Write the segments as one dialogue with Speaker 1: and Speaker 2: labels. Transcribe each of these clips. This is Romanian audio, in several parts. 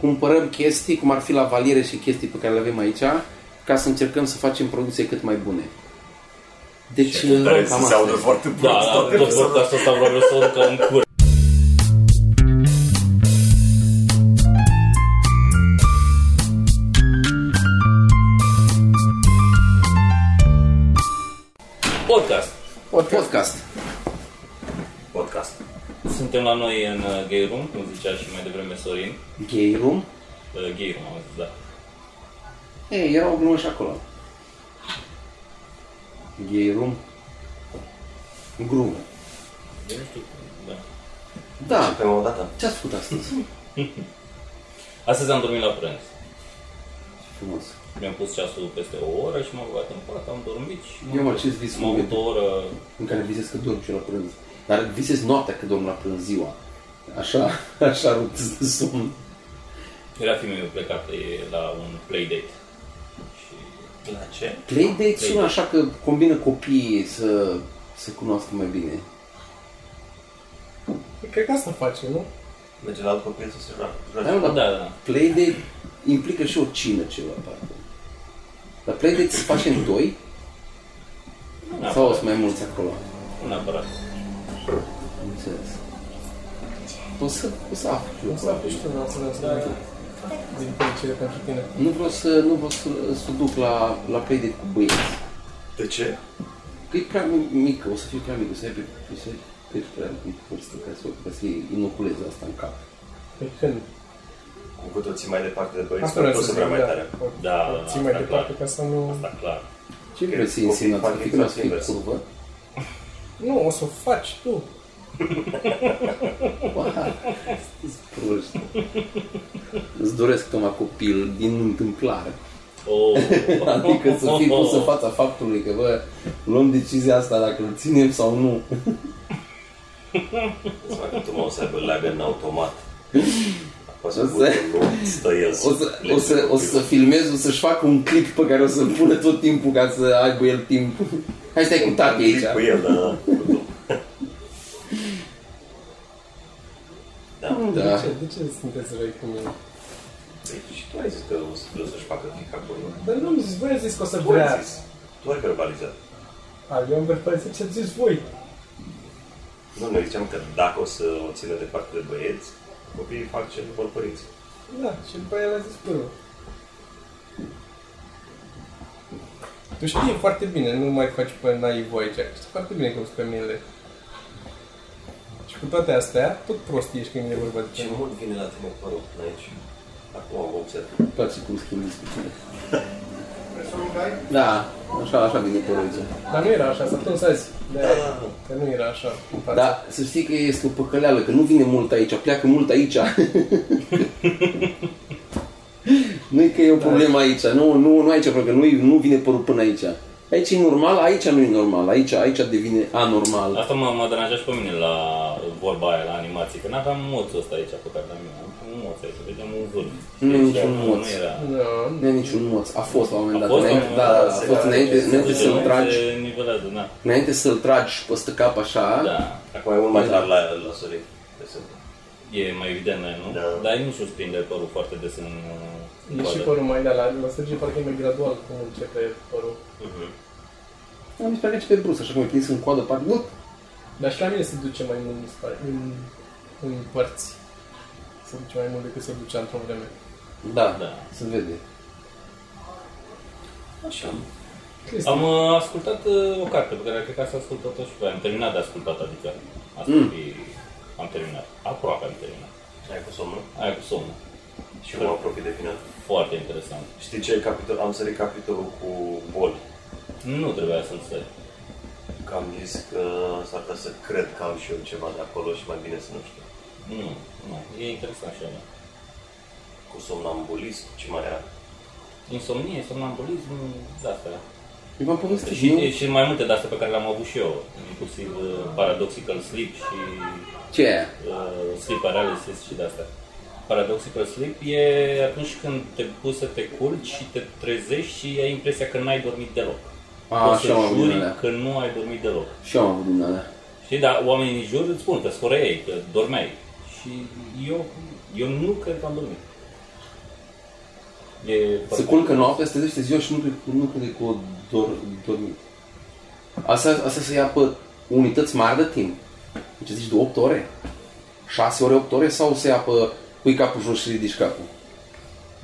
Speaker 1: cumpărăm chestii, cum ar fi la valiere și chestii pe care le avem aici, ca să încercăm să facem produse cât mai bune. Deci,
Speaker 2: Dar
Speaker 1: cam
Speaker 2: se
Speaker 1: asta
Speaker 2: audă
Speaker 1: este.
Speaker 2: foarte
Speaker 3: Da,
Speaker 2: prost.
Speaker 3: da, tot podcastul ăsta probabil o să o ducă în cur. Podcast.
Speaker 1: Podcast.
Speaker 2: Podcast.
Speaker 3: Suntem la noi în uh, Gay Room, cum zicea și mai devreme Sorin.
Speaker 1: Gay Room.
Speaker 3: Uh, Gay Room, am zis, da.
Speaker 1: Ei, era o glumă și acolo. Gay Room. Glumă.
Speaker 3: Eu nu știu, da.
Speaker 1: Da,
Speaker 4: Începem o dată.
Speaker 1: ce ați făcut astăzi?
Speaker 3: Astăzi am dormit la prânz.
Speaker 1: Frumos.
Speaker 3: Mi-am pus ceasul peste o oră și m-am băgat în pat, am dormit și m-am
Speaker 1: Eu am acest vis
Speaker 3: m-am avut
Speaker 1: moment
Speaker 3: o oră
Speaker 1: în care visez că dorm și eu la prânz. Dar visez noaptea că dorm la prânz ziua. Așa, așa rupt de somn.
Speaker 3: Era fiul meu plecat la un playdate. Și
Speaker 4: La ce?
Speaker 1: Playdate sună așa că combină copiii să se cunoască mai bine.
Speaker 5: Cred că asta face, nu?
Speaker 4: Merge la alt copil să se joacă.
Speaker 1: Dar nu,
Speaker 3: da,
Speaker 1: dar
Speaker 3: da,
Speaker 1: Playdate implică și o cină ceva, parcă. Dar Playdate se face în doi?
Speaker 3: da.
Speaker 1: Sau sunt mai mulți acolo?
Speaker 3: Nu neapărat.
Speaker 1: Înțeles. O să, o să aflu și eu.
Speaker 5: O să afli și tu, nu ați înțeles, da. Din fericire pentru tine.
Speaker 1: Nu vreau să, nu vreau să, să duc la, la Playdate cu băieți.
Speaker 4: De ce?
Speaker 1: Că e prea mi- mică, o să fie prea mică, o să ai pe, o să ai pe prea mică vârstă ca să, ca să inoculez asta în cap.
Speaker 5: Pe Păi când?
Speaker 4: Cu cu toții mai departe de băieți,
Speaker 5: Asta
Speaker 4: dar
Speaker 5: vreau
Speaker 4: tot Păi să
Speaker 5: să
Speaker 4: vrea
Speaker 5: zic, Păi
Speaker 4: mai tare.
Speaker 3: Da, da,
Speaker 5: Ții
Speaker 3: asta
Speaker 5: mai
Speaker 3: clar.
Speaker 5: departe ca să nu...
Speaker 3: Asta da, clar.
Speaker 1: Ce vreți să
Speaker 4: copii
Speaker 1: insinuați? Să
Speaker 4: fac
Speaker 1: fii
Speaker 4: exact
Speaker 1: gras, să fii
Speaker 4: invers.
Speaker 1: curvă?
Speaker 5: Nu, o să o faci tu.
Speaker 1: Ba, sunteți proști. Îți doresc tocmai copil din întâmplare.
Speaker 3: Oh.
Speaker 1: Adică să fii pus în fața faptului că, bă, luăm decizia asta dacă îl ținem sau nu.
Speaker 4: Îți mai tu mă o să aibă leagă în automat. Apasă
Speaker 1: O să-
Speaker 4: butonul, stă el
Speaker 1: O să, o să, o să filmez, o să-și fac un clip pe care o să-l pună tot timpul ca să aibă el timp. Hai stai cu tati aici.
Speaker 4: Cu el, da, da. Da.
Speaker 1: Da.
Speaker 5: De ce? De ce sunteți răi cu mine?
Speaker 4: Păi, Și tu ai zis că o să vreau să-și facă fica acolo.
Speaker 5: Dar nu am zis, voi ați zis că o să
Speaker 4: Tu
Speaker 5: vrea.
Speaker 4: ai zis. Tu ai verbalizat.
Speaker 5: A, eu am verbalizat ce ați zis voi.
Speaker 4: Nu, noi ziceam că dacă o să o țină departe de băieți, copiii fac ce vor părinți.
Speaker 5: Da, și după aia l-a zis până. Tu știi foarte bine, nu mai faci pe naiv aici. Știi foarte bine cum sunt femeile. Și cu toate astea, tot prost ești când e vorba de
Speaker 4: Ce
Speaker 5: tine.
Speaker 4: mult vine la tine părul aici. Acum am observat.
Speaker 1: Îmi place cum schimbi discuțiile. Da, așa, așa vine părinții.
Speaker 5: Dar nu era așa, s-a tot s-a zis. De
Speaker 4: da,
Speaker 5: că nu era așa. în față.
Speaker 1: Da, să știi că este o păcăleală, că nu vine mult aici, pleacă mult aici. nu e că
Speaker 3: Da.
Speaker 1: e o problemă aici, nu, nu, nu aici, pentru că nu, nu vine părul până aici. Aici e normal, aici nu e normal, aici, aici devine anormal.
Speaker 3: Asta mă, mă deranjat și pe mine la vorba aia, la animații, că n-aveam moțul ăsta aici pe care l-am eu. Am un moț aici, vedeam un vârf.
Speaker 1: Nu e
Speaker 3: Deci,
Speaker 1: niciun Mm, moț.
Speaker 3: Nu era.
Speaker 5: Nu,
Speaker 1: Nu e niciun moț, a fost la un moment
Speaker 3: A
Speaker 1: dat,
Speaker 3: fost la un
Speaker 1: înainte, da,
Speaker 3: moment dat,
Speaker 1: da, a
Speaker 4: se-
Speaker 1: fost înainte,
Speaker 4: se-
Speaker 1: înainte
Speaker 4: se-
Speaker 1: să-l
Speaker 3: se-
Speaker 1: tragi,
Speaker 3: Deci, Se nivelează, da.
Speaker 1: înainte să-l tragi peste cap așa,
Speaker 3: Da.
Speaker 4: Acum e mult mai clar la, la Sorin. de exemplu.
Speaker 3: E mai evident, nu?
Speaker 4: Da.
Speaker 3: Dar nu și prinde părul foarte des în
Speaker 5: Deci, E și
Speaker 3: coadă.
Speaker 5: părul mai de la, la Sergiu parcă e mai gradual cum începe părul.
Speaker 1: am zis pe pe brusc, așa cum e prins în coadă, parcă, "Bup!"
Speaker 5: Dar și la mine se duce mai mult mi se pare, în, în părți. Se duce mai mult decât se ducea într-o vreme.
Speaker 1: da,
Speaker 3: Da.
Speaker 1: se vede.
Speaker 4: Așa.
Speaker 5: Cristi,
Speaker 3: Am uh, ascultat uh, o carte pe care cred că ați ascultat-o și voi. Am terminat de ascultat, adică asta
Speaker 1: Mm.
Speaker 3: mm. am terminat. Aproape am terminat.
Speaker 4: Ai cu somnul?
Speaker 3: Aia cu somnul.
Speaker 4: Și mă apropii de final.
Speaker 3: Foarte interesant.
Speaker 4: Știi ce capitol? Am sărit capitolul cu boli.
Speaker 3: Nu trebuia să-l sări.
Speaker 4: Că am zis că s-ar putea să cred că am și eu ceva de acolo și mai bine să nu știu.
Speaker 3: Nu, nu. E interesant și ăla.
Speaker 4: Cu somnambulism, ce mai era?
Speaker 3: Insomnie, somnambulism, de-astea.
Speaker 1: Eu v-am povestit, nu?
Speaker 3: Și, și mai multe de-astea pe care le-am avut și eu. Inclusiv uh, paradoxical sleep și
Speaker 1: Ce e aia?
Speaker 3: uh, sleep paralysis și de-astea. Paradoxical sleep e atunci când te pui să te culci și te trezești și ai impresia că n-ai dormit deloc.
Speaker 1: A,
Speaker 3: Poți
Speaker 1: așa
Speaker 3: să
Speaker 1: am avut din
Speaker 3: juri
Speaker 1: alea.
Speaker 3: că nu ai dormit deloc.
Speaker 1: Și eu am avut din alea.
Speaker 3: Știi, dar oamenii din jur îți spun că scoreai, că dormeai. Și eu, eu nu cred că am dormit. E
Speaker 1: Se culcă noaptea, se trezește ziua și nu crede, nu crede că o dor, dormit. Asta, asta se ia pe unități mari de timp. Deci zici de 8 ore? 6 ore, 8 ore sau se ia pe pui capul jos și ridici capul?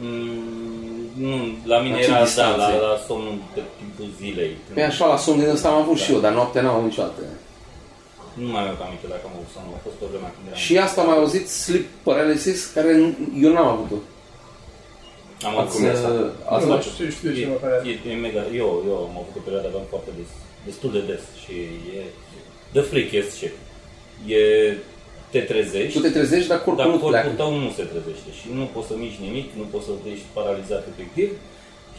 Speaker 3: Mm, nu, la mine
Speaker 1: La ce
Speaker 3: era da,
Speaker 1: distanță
Speaker 3: la,
Speaker 1: e?
Speaker 3: la somnul de timpul zilei.
Speaker 1: Pe Păi așa la somn din ăsta am avut și eu, dar noaptea n-am avut niciodată.
Speaker 3: Nu mai am aminte dacă am avut somnul, a fost o vreme când eram.
Speaker 1: Și asta am mai auzit sleep paralysis, care n- eu n-am avut-o. uh,
Speaker 3: am avut.
Speaker 4: Acum e asta.
Speaker 1: Să-
Speaker 5: Nu,
Speaker 1: asta-
Speaker 5: nu știu, știu
Speaker 3: E,
Speaker 5: ce mă pare.
Speaker 3: e, e mega, eu, eu am avut o perioadă, aveam foarte des, destul de des și e, de fric este și e, te trezești,
Speaker 1: Tu te trezești, dar corpul
Speaker 3: dar
Speaker 1: nu
Speaker 3: corpul
Speaker 1: pleacă.
Speaker 3: tău nu se trezește și nu poți să mici nimic, nu poți să ești paralizat efectiv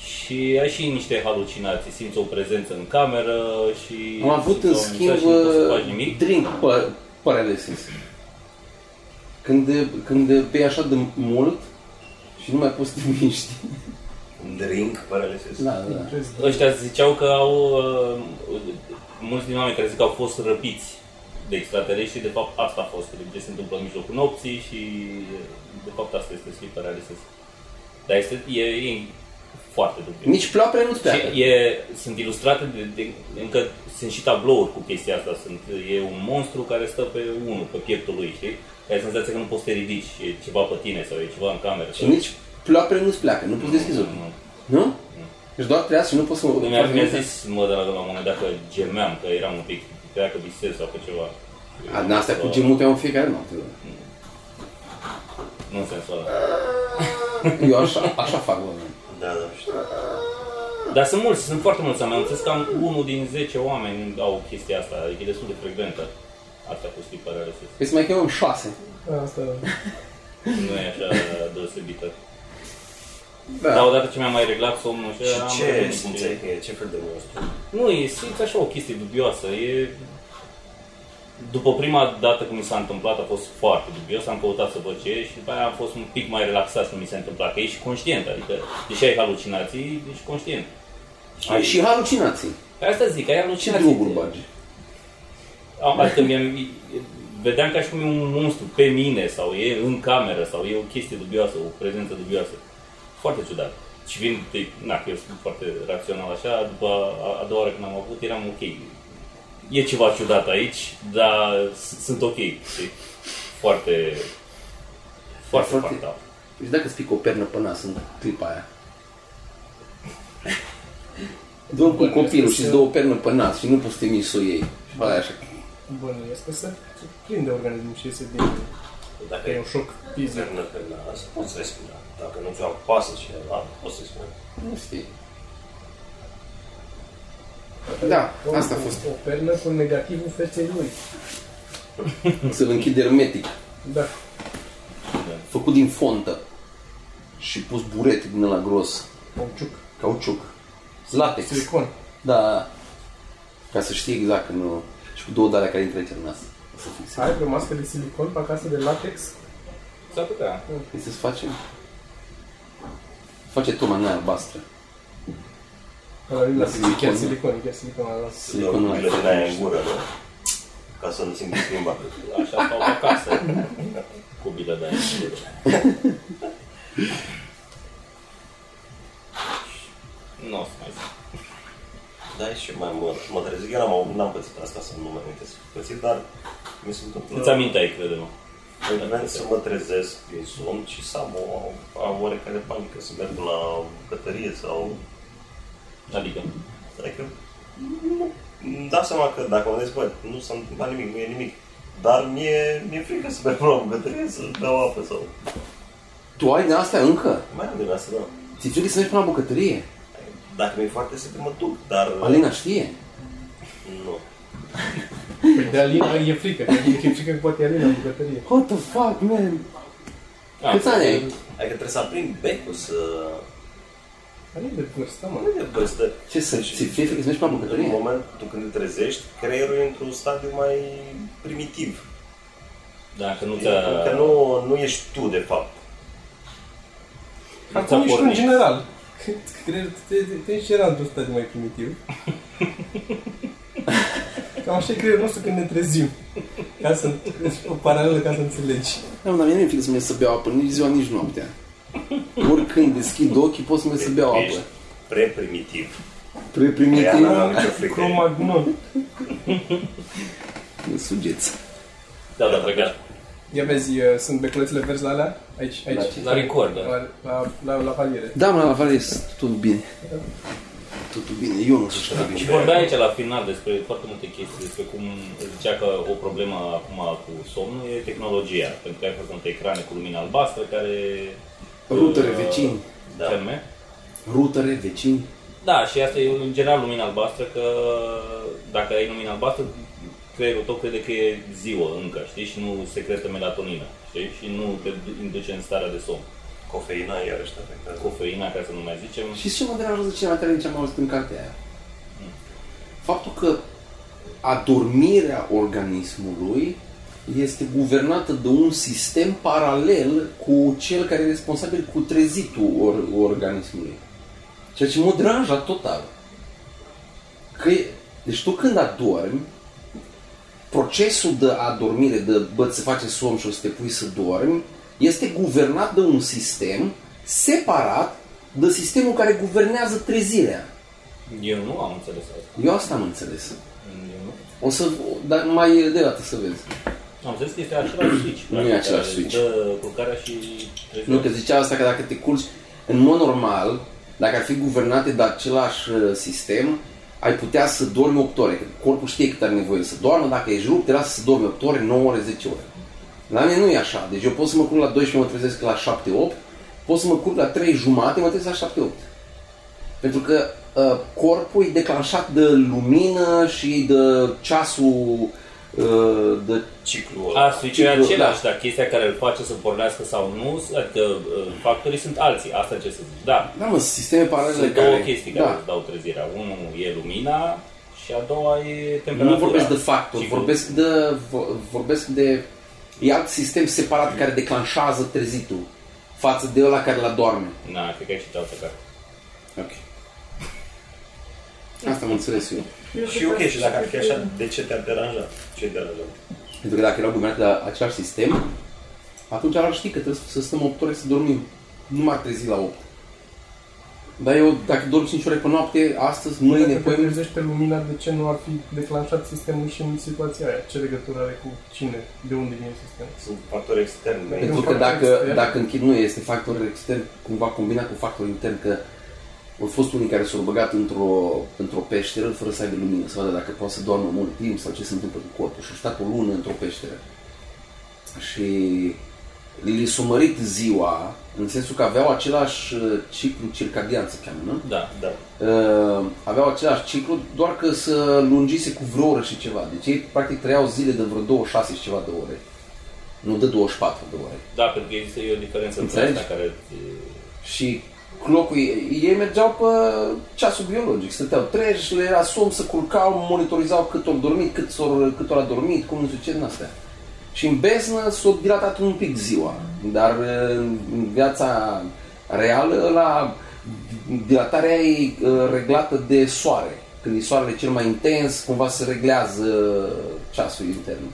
Speaker 3: și ai și niște halucinații, simți o prezență în cameră și
Speaker 1: Am avut
Speaker 3: simți
Speaker 1: în
Speaker 3: o
Speaker 1: schimb uh,
Speaker 3: mișcare și nu poți să faci nimic.
Speaker 1: drink pa- paralysis. Când, când bei așa de mult și nu mai poți să te miști.
Speaker 4: Un drink paralysis.
Speaker 1: Da, da.
Speaker 3: Ăștia ziceau că au, uh, mulți din oameni care zic că au fost răpiți de extraterestri, de fapt asta a fost, ce se întâmplă în mijlocul nopții și de fapt asta este sleep paralysis. Dar este, e, e foarte dubios.
Speaker 1: Nici ploapele nu-ți pleacă.
Speaker 3: Și e, sunt ilustrate, de, de, încă sunt și tablouri cu chestia asta. Sunt, e un monstru care stă pe unul, pe pieptul lui, știi? Ai senzația că nu poți să te ridici, e ceva pe tine sau e ceva în cameră.
Speaker 1: Și nici ploapele nu-ți pleacă, nu poți deschizi ochii.
Speaker 3: Nu.
Speaker 1: Nu? Deci doar treaz și nu poți să mă...
Speaker 3: Mi-a, mi-a zis, mă, dragă, la un moment dat că gemeam, că eram un pic, credea că visez sau că ceva.
Speaker 1: A, din astea cu gemul te-au în fiecare noapte. da.
Speaker 3: Nu în sensul ăla.
Speaker 1: Eu așa, așa fac, bă.
Speaker 4: Da, da, știu.
Speaker 3: Dar sunt mulți, sunt foarte mulți oameni. Am înțeles că am unul din 10 oameni au chestia asta, adică e destul de frecventă. Asta cu sleep paralysis.
Speaker 1: Păi să mai chemăm șase.
Speaker 5: Asta,
Speaker 3: Nu e așa deosebită.
Speaker 1: Da.
Speaker 3: Dar odată ce mi-am mai reglat somnul și, ăla, am
Speaker 4: Și ce
Speaker 3: revenit.
Speaker 4: simțeai că e? Ce fel de monstru?
Speaker 3: Nu, e simți așa o chestie dubioasă. E... După prima dată când mi s-a întâmplat a fost foarte dubios, am căutat să văd ce e și după aia am fost un pic mai relaxat când mi s-a întâmplat, că ești conștient, adică deși ai halucinații, ești conștient.
Speaker 1: Ai și halucinații.
Speaker 3: Asta zic, ai
Speaker 1: Și
Speaker 3: halucinații.
Speaker 1: droguri bagi.
Speaker 3: Am, adică mi-am, vedeam ca și cum e un monstru pe mine sau e în cameră sau e o chestie dubioasă, o prezență dubioasă. Foarte ciudat. Și vin, de, na, că eu sunt foarte rațional așa, după a, a doua oară când am avut, eram ok. E ceva ciudat aici, dar s- sunt ok. Știi? Foarte, foarte,
Speaker 1: Foarte-
Speaker 3: foarte, foarte
Speaker 1: Deci dacă îți pică o pernă pe nas în clipa aia. Dorm cu copilul și îți dă o pernă pe nas și nu poți să te miști să o iei. Și fac așa.
Speaker 5: bun, este să se prinde organismul și iese din...
Speaker 4: Dacă
Speaker 5: E un
Speaker 4: e
Speaker 5: șoc fizic.
Speaker 4: internă pe nas, poți respira. Dacă nu ți-o apasă cineva, poți respira.
Speaker 1: Nu știi. Da, asta a fost.
Speaker 5: O pernă cu negativul feței lui.
Speaker 1: Să-l închid hermetic.
Speaker 5: Da.
Speaker 1: Făcut din fontă. Și pus burete din la gros.
Speaker 5: Pauciuc.
Speaker 1: Cauciuc. Latex.
Speaker 5: Silicon.
Speaker 1: Da. Ca să știi exact că nu... Și cu două de alea care intră aici în nas. O să fixez.
Speaker 5: Ai vreo mască de silicon pe acasă de latex?
Speaker 3: S-ar putea.
Speaker 1: Hai să-ți facem. Face tuma în aia albastră.
Speaker 5: Ăla lui la
Speaker 1: Silicon.
Speaker 5: chiar silicon, chiar silicon ăla las.
Speaker 4: Să dau
Speaker 1: Silicon
Speaker 4: lucrurile
Speaker 1: Light.
Speaker 4: din aia în gură, nu? Ca să nu țin de schimba.
Speaker 3: Așa stau acasă. Cu bilă de aia. Nu o să mai zic.
Speaker 4: Da, și mai mă, mă trezesc. Eu n-am, n-am pățit asta să nu mă amintesc să pățit, dar mi se întâmplă...
Speaker 3: Îți aminteai, crede-mă.
Speaker 4: Evident să mă trezesc din somn și să am o, am oarecare panică, să merg la bucătărie sau...
Speaker 3: Adică,
Speaker 4: Adică... Nu. Îmi dau seama că dacă mă gândesc, bă, nu s-a întâmplat nimic, nu e nimic. Dar mi-e, mi-e frică să merg la bucătărie, să beau apă sau...
Speaker 1: Tu ai de astea încă?
Speaker 4: Mai am din asta, da.
Speaker 1: Ți-e frică să mergi până la bucătărie?
Speaker 4: Dacă mi-e foarte sete, mă duc, dar...
Speaker 1: Alina știe.
Speaker 4: Nu.
Speaker 5: Păi de Alina e frică, că e frică că poate e Alina în bucătărie.
Speaker 1: What the fuck, man?
Speaker 3: a,
Speaker 1: Câți ani ai?
Speaker 4: Adică trebuie să aprind becul, să...
Speaker 5: Alina e de vârstă, mă.
Speaker 4: Nu e de vârstă.
Speaker 1: Ce să ți fie frică să mergi până la
Speaker 4: În
Speaker 1: bucătărie?
Speaker 4: momentul când te trezești, creierul e într-un stadiu mai primitiv.
Speaker 3: Dacă nu ți-a...
Speaker 1: Da.
Speaker 4: Că nu, nu ești tu, de fapt.
Speaker 3: nu ți-a
Speaker 5: Acum ești tu în
Speaker 3: pornit.
Speaker 5: general. Când cred, te, te, te ești general într-un stadiu mai primitiv. Cam așa e creierul nostru când ne trezim. Ca să, o paralelă ca să înțelegi.
Speaker 1: Nu, dar mie nu-mi e frică să merg să beau apă nici ziua, nici noaptea. Urc când deschid ochii pot să-mi să beau
Speaker 4: Ești
Speaker 1: apă.
Speaker 4: pre-primitiv.
Speaker 1: Pre-primitiv,
Speaker 4: Ea
Speaker 5: Nu
Speaker 4: n-a
Speaker 5: am
Speaker 4: nicio
Speaker 5: nicio
Speaker 4: frică.
Speaker 5: frică. Magnon.
Speaker 1: nu sugeți.
Speaker 3: Da, da, plecat.
Speaker 5: Ia vezi, uh, sunt beculețele verzi la alea? Aici, aici.
Speaker 3: La record, da.
Speaker 5: La, la, la, la paliere.
Speaker 1: Da, mă, la afară e totul bine. Totul bine, eu nu sunt așa de
Speaker 3: Și
Speaker 1: bine.
Speaker 3: vorbea aici la final despre foarte multe chestii, despre cum zicea că o problemă acum cu somnul e tehnologia, pentru că ai fost multe ecrane cu lumină albastră care...
Speaker 1: Rutere,
Speaker 3: uh,
Speaker 1: vecini.
Speaker 4: Da.
Speaker 3: Ferme.
Speaker 1: Rutere, vecini.
Speaker 3: Da, și asta e în general lumina albastră, că dacă ai lumina albastră, creierul tău crede că e ziua încă, știi, și nu secretă melatonină, știi, și nu te induce în starea de somn.
Speaker 4: Cofeina iarăși te afectează.
Speaker 3: Cofeina, ca să nu mai zicem,
Speaker 1: Și ce mă deranjează cel mai tare din ce am auzit în cartea aia? Faptul că adormirea organismului este guvernată de un sistem paralel cu cel care e responsabil cu trezitul or- organismului. Ceea ce mă deranja total. Că e, deci tu când adormi, procesul de adormire, de bă, se face somn și o să te pui să dormi, este guvernat de un sistem separat de sistemul care guvernează trezirea.
Speaker 3: eu nu am înțeles asta.
Speaker 1: Eu asta am înțeles.
Speaker 3: Eu nu.
Speaker 1: O să, dar mai de dată să vezi.
Speaker 3: Am înțeles că este același switch.
Speaker 1: Nu e
Speaker 3: practic,
Speaker 1: același
Speaker 3: care
Speaker 1: switch.
Speaker 3: Dă culcarea și
Speaker 1: Nu, că
Speaker 3: trezirea.
Speaker 1: zicea asta că dacă te culci, în mod normal, dacă ar fi guvernate de același uh, sistem, ai putea să dormi 8 ore. Că corpul știe cât are nevoie să doarmă, dacă ești rupt, te lasă să dormi 8 ore, 9 ore, 10 ore. La mine nu e așa. Deci eu pot să mă culc la 12, mă trezesc la 7-8, pot să mă culc la 3 jumate, mă trezesc la 7-8. Pentru că uh, corpul e declanșat de lumină și de ceasul uh, de
Speaker 4: Ciclul ăla.
Speaker 3: A, switch e
Speaker 1: Ciclu, da.
Speaker 3: același, dar chestia care îl face să pornească sau nu, adică uh, factorii sunt alții, asta ce să zici. Da,
Speaker 1: da, mă, sisteme paralele
Speaker 3: Sunt
Speaker 1: care...
Speaker 3: două chestii care
Speaker 1: da.
Speaker 3: îți dau trezirea. Unul e lumina și a doua e temperatura.
Speaker 1: Nu vorbesc de factor,
Speaker 3: Și
Speaker 1: vorbesc de, vo- vorbesc de... E alt sistem separat care declanșează trezitul față de ăla care la doarme.
Speaker 3: Na, cred că ai citit altă carte.
Speaker 1: Ok. Asta am înțeles eu.
Speaker 4: Și ok, și dacă ar fi așa, de ce te-ar deranja? Ce deranja?
Speaker 1: Pentru că dacă erau guvernate de același sistem, atunci ar ști că trebuie să stăm 8 ore să dormim. Nu m-ar trezi la 8. Dar eu, dacă dorm 5 ore pe noapte, astăzi, mâine,
Speaker 5: Dacă te
Speaker 1: poi...
Speaker 5: trezește lumina, de ce nu ar fi declanșat sistemul și în situația aia? Ce legătură are cu cine? De unde vine sistemul?
Speaker 4: Sunt factori externi.
Speaker 5: E un
Speaker 1: Pentru că
Speaker 5: factor
Speaker 1: dacă,
Speaker 5: extern.
Speaker 1: dacă în Chip nu este factor extern, cumva combinat cu factor intern, că au fost unii care s-au băgat într-o, într-o peșteră fără să aibă lumină, să vadă dacă poate să doarmă mult timp sau ce se întâmplă cu corpul. Și au stat o lună într-o peșteră. Și li s-a mărit ziua, în sensul că aveau același uh, ciclu circadian, se cheamă, nu?
Speaker 3: Da.
Speaker 4: Da.
Speaker 1: Uh, aveau același ciclu, doar că să lungise cu vreo oră și ceva. Deci ei practic trăiau zile de vreo 26 și ceva de ore. Nu de 24 de ore.
Speaker 3: Da, pentru că există o diferență între
Speaker 1: Înțelegi?
Speaker 3: asta care...
Speaker 1: Și clocul, ei mergeau pe ceasul biologic, stăteau treji, le era somn, se curcau, monitorizau cât au dormit, cât, s-or, cât ori a dormit, cum nu știu ce din astea. Și în beznă s-a dilatat un pic ziua, dar în în viața reală la dilatarea e uh, reglată de soare. Când e soarele cel mai intens, cumva se reglează ceasul intern.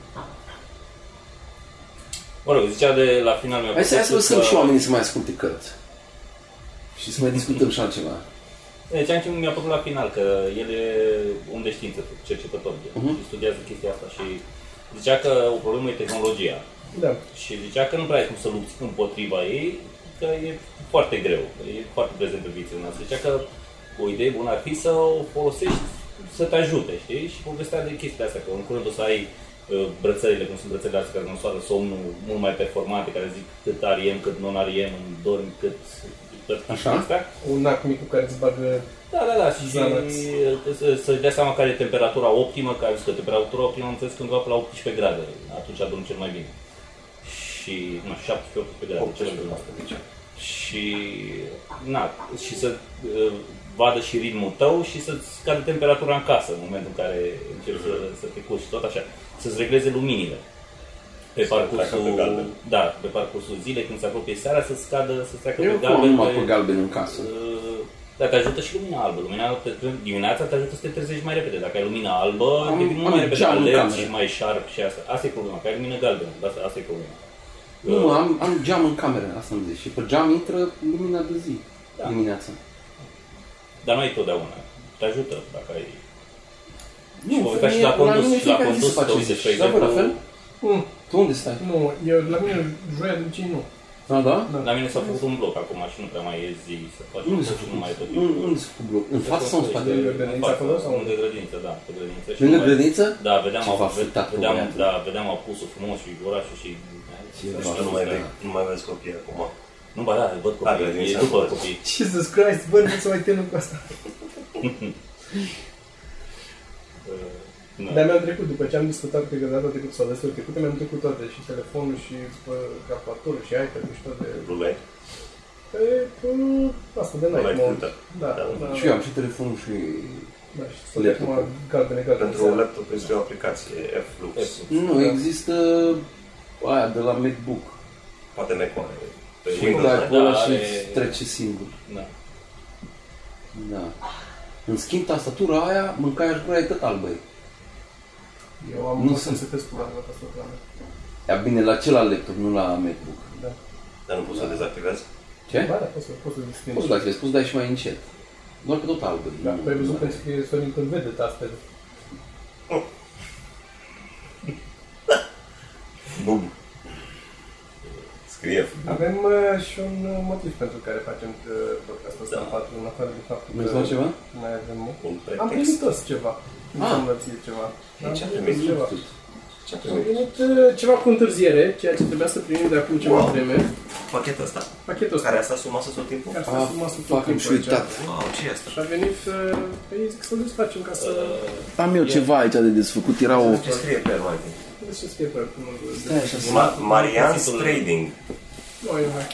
Speaker 3: Mă rog, zicea de la final mi-a
Speaker 1: Hai să, hai să lăsăm și
Speaker 3: că-
Speaker 1: oamenii să mai asculte cărți. Și să mai discutăm și altceva.
Speaker 3: Deci am ce mi-a plăcut la final, că el e om de știință, cercetător,
Speaker 1: Mhm.
Speaker 3: uh-huh. și studiază chestia asta și zicea că o problemă e tehnologia
Speaker 5: Da.
Speaker 3: și zicea că nu prea ai cum să lupți împotriva ei, că e foarte greu, că e foarte prezent în viața noastră. Zicea că o idee bună ar fi să o folosești, să te ajute, știi? Și povestea de chestia asta, că în curând o să ai uh, brățările, cum sunt brățările astea care măsoară somnul mult mai performante, care zic cât ariem, cât non-ariem, în dormi, cât... tot
Speaker 1: Așa.
Speaker 3: Astea.
Speaker 5: Un nac mic cu care îți bagă...
Speaker 3: Da, da, da, și
Speaker 5: Zanax.
Speaker 3: să- să-și dea seama care e temperatura optimă, care este temperatura optimă, am înțeles că undeva pe la 18 grade, atunci adorm cel mai bine. Și, nu, 17-18 grade, cel mai bine. Și, na, și să uh, vadă și ritmul tău și să-ți scadă temperatura în casă în momentul în care încerci să, să te culci și tot așa. Să-ți regleze luminile. Pe parcursul,
Speaker 4: treacă pe galben.
Speaker 3: da, pe parcursul zilei, când se apropie seara, să scadă, să treacă
Speaker 1: Eu
Speaker 3: pe
Speaker 1: cum am
Speaker 3: galben.
Speaker 1: numai
Speaker 3: pe-
Speaker 1: pe galben în casă.
Speaker 3: da, te ajută și lumina albă. Lumina albă te- dimineața te ajută să te trezești mai repede. Dacă ai lumina albă,
Speaker 1: Am-
Speaker 3: devii mult
Speaker 1: am
Speaker 3: mai repede
Speaker 1: geamul în
Speaker 3: alert
Speaker 1: cameră.
Speaker 3: și mai sharp și asta. Asta Da, e problema, că ai lumină galbenă. Asta, asta e problema.
Speaker 1: Nu, mă, am, am geam în cameră, asta îmi zici. Și pe geam intră lumina de zi,
Speaker 3: Da.
Speaker 1: da. dimineața.
Speaker 3: Dar nu ai totdeauna. Te ajută dacă ai...
Speaker 1: Nu,
Speaker 3: mă uitam și la
Speaker 1: femeie-
Speaker 3: condus,
Speaker 1: mine
Speaker 3: și la
Speaker 1: fiecare zi
Speaker 3: condus
Speaker 1: se face
Speaker 3: te uiți,
Speaker 1: zi.
Speaker 3: spre
Speaker 1: Da, bă, la
Speaker 3: exemplu.
Speaker 1: fel?
Speaker 5: Mm,
Speaker 1: Tu unde stai?
Speaker 5: nu, eu, la mine joia de obicei nu.
Speaker 1: Da, da?
Speaker 3: La mine s-a făcut un bloc acum și nu prea mai e zi să faci
Speaker 1: Unde se
Speaker 3: și nu mai e tot
Speaker 1: făcut?
Speaker 3: timpul.
Speaker 1: Un- Unde se făcut bloc? În față sau în spate?
Speaker 5: Lângă grădiniță acolo sau
Speaker 3: Lângă grădință, da, pe grădință. Și
Speaker 1: Lângă
Speaker 3: nu mai-
Speaker 1: grădiniță?
Speaker 3: Da, vedeam,
Speaker 1: Ce
Speaker 3: a,
Speaker 1: v-a fătat
Speaker 3: vedeam,
Speaker 1: băiatul?
Speaker 3: da, vedeam apusul frumos și orașul și...
Speaker 1: Ce
Speaker 4: Deci
Speaker 1: v-a
Speaker 4: tu nu mai,
Speaker 1: făcut?
Speaker 4: vei, nu mai vezi copii acum.
Speaker 3: Nu, ba da, văd
Speaker 4: Da,
Speaker 3: copii,
Speaker 4: grădinița
Speaker 3: e
Speaker 4: a
Speaker 3: după
Speaker 4: fost.
Speaker 3: copii.
Speaker 5: Jesus Christ, bă, nu se mai termin cu asta.
Speaker 3: Uh,
Speaker 5: Dar
Speaker 3: nu.
Speaker 5: mi-am trecut, după ce am discutat, cred că data trecută sau destul trecută, mi-am trecut toate, și telefonul, și bă, calculatorul, și iPad-ul, și toate.
Speaker 4: Rulai?
Speaker 5: E, bă, asta de noi.
Speaker 4: Rulai
Speaker 5: cum-
Speaker 4: câte?
Speaker 5: Da, da, da.
Speaker 1: Și eu am și telefonul și...
Speaker 5: Da, și să
Speaker 1: Laptop.
Speaker 5: acum galbene, galbene.
Speaker 4: Pentru laptop este o aplicație F-Lux.
Speaker 3: F-Lux.
Speaker 1: Nu, există aia de la MacBook.
Speaker 4: Poate Mac-oare. Pe
Speaker 1: Și
Speaker 4: Windows,
Speaker 1: dai
Speaker 4: da.
Speaker 1: pe ăla
Speaker 3: Da,
Speaker 1: și
Speaker 3: are-
Speaker 1: îți trece singur.
Speaker 3: Da.
Speaker 1: Da. În schimb, tastatura aia, mâncarea și gura e tot albă. e.
Speaker 5: Eu am
Speaker 1: Nu
Speaker 5: vrut să
Speaker 1: sunt.
Speaker 5: se test cu la asta plană.
Speaker 1: Ea bine, la cel laptop, nu la MacBook.
Speaker 5: Da.
Speaker 4: Dar nu poți să o dezactivezi?
Speaker 1: Ce?
Speaker 5: Ba, da, poți să poți să descrii.
Speaker 1: Poți dacă spus, dai și mai încet. Doar că tot albă. e.
Speaker 5: Da, tu ai văzut
Speaker 1: Da.
Speaker 5: că scrie Sorin când vede tastele.
Speaker 4: Bum. Scrie F.
Speaker 5: Avem uh, și un uh, motiv pentru care facem uh, podcastul ăsta în patru, în afară de faptul
Speaker 1: Mai spune ceva?
Speaker 5: mai avem...
Speaker 4: Un
Speaker 5: Am
Speaker 4: pretext.
Speaker 5: primit toți ceva. Nu
Speaker 1: Ah.
Speaker 5: am lățit ceva. Am
Speaker 4: ce
Speaker 5: primit
Speaker 4: primit?
Speaker 5: ceva.
Speaker 1: Deci
Speaker 4: Ce
Speaker 5: Am primit uh, ceva cu întârziere, ceea ce trebuia să primim de acum ceva
Speaker 4: Wow.
Speaker 5: vreme.
Speaker 4: Pachetul ăsta.
Speaker 5: Pachetul ăsta.
Speaker 4: Care asta suma să tot timpul?
Speaker 5: Care s-a
Speaker 1: Ah,
Speaker 5: sumat sub
Speaker 1: fuck, am
Speaker 5: timpul
Speaker 1: și
Speaker 5: aici.
Speaker 1: uitat.
Speaker 4: Wow, ce e asta?
Speaker 5: Și a venit, uh, păi zic să-l desfacem ca să...
Speaker 1: Am eu ceva aici de desfăcut, era o...
Speaker 4: Ce scrie pe el, Martin?
Speaker 5: Vedeți ce scrie pe acum?
Speaker 1: Stai așa, să-
Speaker 4: Ma- Marian's Trading.
Speaker 5: Nu, e mai...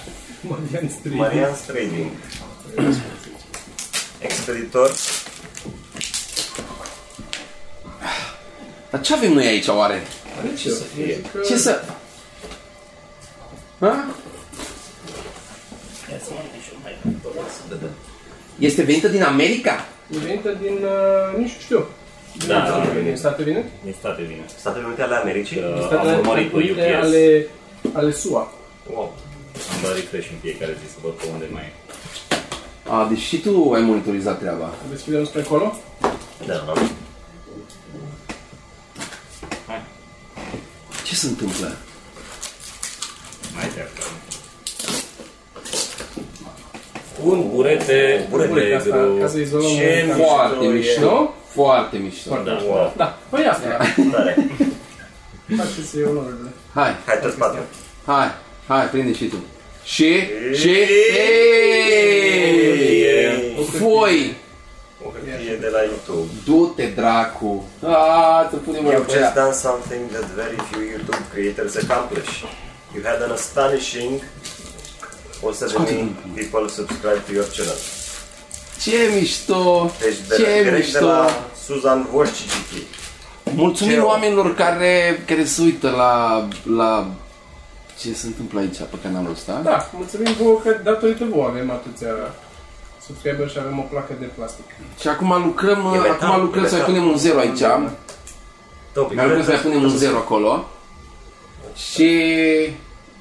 Speaker 5: Marian Strie.
Speaker 4: Marian's Trading. Expeditor.
Speaker 1: Dar ce avem noi aici, oare?
Speaker 5: Are ce să fie?
Speaker 1: Ce să... Ha?
Speaker 4: Da,
Speaker 1: Este venită din America?
Speaker 5: E venită din, uh, nici nu știu. Din
Speaker 3: Da,
Speaker 5: Statele
Speaker 3: da,
Speaker 5: Unite.
Speaker 4: da.
Speaker 5: State vine?
Speaker 3: Din state vine.
Speaker 4: Statele Unite ale Americii.
Speaker 3: Da.
Speaker 5: Statele
Speaker 3: am urmărit pe
Speaker 5: Unite
Speaker 3: UPS.
Speaker 5: Ale, ale SUA.
Speaker 4: Wow.
Speaker 3: Am dat refresh în fiecare zi să văd pe unde mai e.
Speaker 1: A, deci și tu ai monitorizat treaba.
Speaker 5: Deschidem spre acolo.
Speaker 4: Da, da.
Speaker 3: Hai,
Speaker 1: Ce se întâmplă?
Speaker 3: mai te aflăm. Un burete,
Speaker 4: burete
Speaker 3: burete
Speaker 5: Uite, asta,
Speaker 3: negru.
Speaker 5: ca să izolăm
Speaker 4: Ce
Speaker 5: un-
Speaker 4: mișto
Speaker 1: Foarte
Speaker 4: e.
Speaker 1: mișto. Foarte mișto.
Speaker 3: Da,
Speaker 4: Wow.
Speaker 5: Da, păi asta era.
Speaker 4: Tare.
Speaker 5: Faceți onorurile.
Speaker 1: Hai,
Speaker 4: Hai, toți patru.
Speaker 1: hai, hai, prinde și tu. Și, și,
Speaker 4: Ei!
Speaker 1: Foi!
Speaker 4: O hârtie de la YouTube.
Speaker 1: Du-te, dracu! A, să punem
Speaker 4: You've
Speaker 1: mâna pe
Speaker 4: just
Speaker 1: ea.
Speaker 4: done something that very few YouTube creators accomplish. You had an astonishing 170 people subscribe to your channel.
Speaker 1: Ce mișto!
Speaker 4: Deci de,
Speaker 1: Ce
Speaker 4: direct de
Speaker 1: mișto!
Speaker 4: la Susan Wojcicki.
Speaker 1: Mulțumim
Speaker 4: Ce-
Speaker 1: oamenilor care, care se uită la, la ce se întâmplă aici pe canalul ăsta.
Speaker 5: Da, mulțumim vouă că datorită vouă avem atâția subscriberi și avem o placă de plastic.
Speaker 1: Și acum lucrăm,
Speaker 4: E metal,
Speaker 1: acum lucrăm
Speaker 4: e
Speaker 1: să mai
Speaker 4: metal.
Speaker 1: punem un zero aici.
Speaker 4: Topic.
Speaker 1: Mi-am lucrat să mai punem un zero acolo. Și...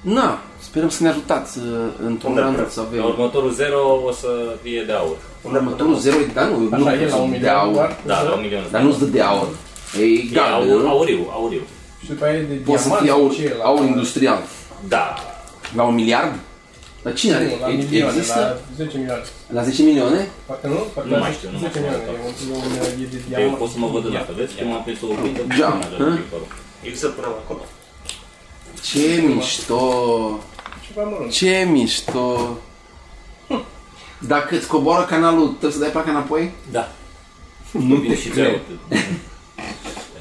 Speaker 1: Na, sperăm să ne ajutați uh, într-un
Speaker 4: Unde
Speaker 1: an
Speaker 4: vrem.
Speaker 1: să
Speaker 3: Pe
Speaker 1: avem...
Speaker 3: următorul 0 o să fie de aur.
Speaker 1: Următorul zero e, da, nu, nu
Speaker 5: Așa e la un
Speaker 1: de
Speaker 5: milion
Speaker 1: aur.
Speaker 5: doar.
Speaker 3: Da, la un milion.
Speaker 1: Dar nu-ți dă de aur. E
Speaker 3: E
Speaker 1: egal,
Speaker 3: aur,
Speaker 1: nu?
Speaker 3: auriu, auriu.
Speaker 5: Și după aia e de
Speaker 1: Poate să
Speaker 5: diamant
Speaker 1: fie
Speaker 5: sau
Speaker 1: aur,
Speaker 5: ce e la-
Speaker 1: aur industrial.
Speaker 3: Da.
Speaker 1: La un miliard? Dar cine are?
Speaker 5: Nu, la
Speaker 1: E-
Speaker 5: milioane, la
Speaker 1: Există?
Speaker 5: 10 milioane.
Speaker 1: La 10 milioane?
Speaker 5: Parcă nu? Parcă
Speaker 3: Nu mai știu, nu
Speaker 5: 10
Speaker 3: mai știu.
Speaker 5: milioane, e un- un- e de
Speaker 3: Eu
Speaker 5: diamant.
Speaker 3: pot să mă văd în asta, vezi? Cum am prins o oglindă.
Speaker 1: Geam,
Speaker 3: Așa,
Speaker 1: hă?
Speaker 3: părul.
Speaker 4: Eu să punem acolo.
Speaker 1: Ce mișto!
Speaker 5: Ceva mărunt.
Speaker 1: Ce mișto! Hm. Dacă îți coboară canalul, trebuie să dai placa înapoi?
Speaker 3: Da. Nu vine și zero.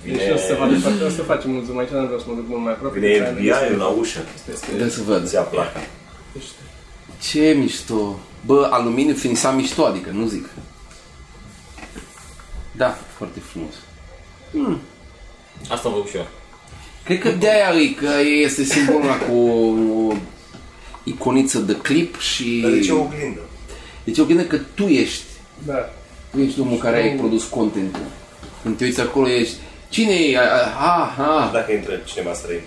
Speaker 5: Deci nu o să se vadă foarte, o să facem un zoom aici, nu vreau să mă duc mult mai aproape.
Speaker 4: Vine
Speaker 5: deci aia nu
Speaker 4: FBI la ușă.
Speaker 5: este-
Speaker 1: Trebuie să văd.
Speaker 4: Îți ia placa.
Speaker 5: este-
Speaker 1: Ce mișto! Bă, aluminiu finisa mișto, adică, nu zic. Da, foarte frumos.
Speaker 3: Asta am făcut și eu.
Speaker 1: Cred că de-aia e, că este simbolul ăla cu o, o iconiță de clip și...
Speaker 4: Dar de ce o oglindă?
Speaker 1: Deci eu gândesc că tu ești,
Speaker 5: Da.
Speaker 1: tu ești omul care ai produs contentul. Când te uiți acolo ești... Cine e? A- a- Ha, ha.
Speaker 4: Dacă intră cineva străin.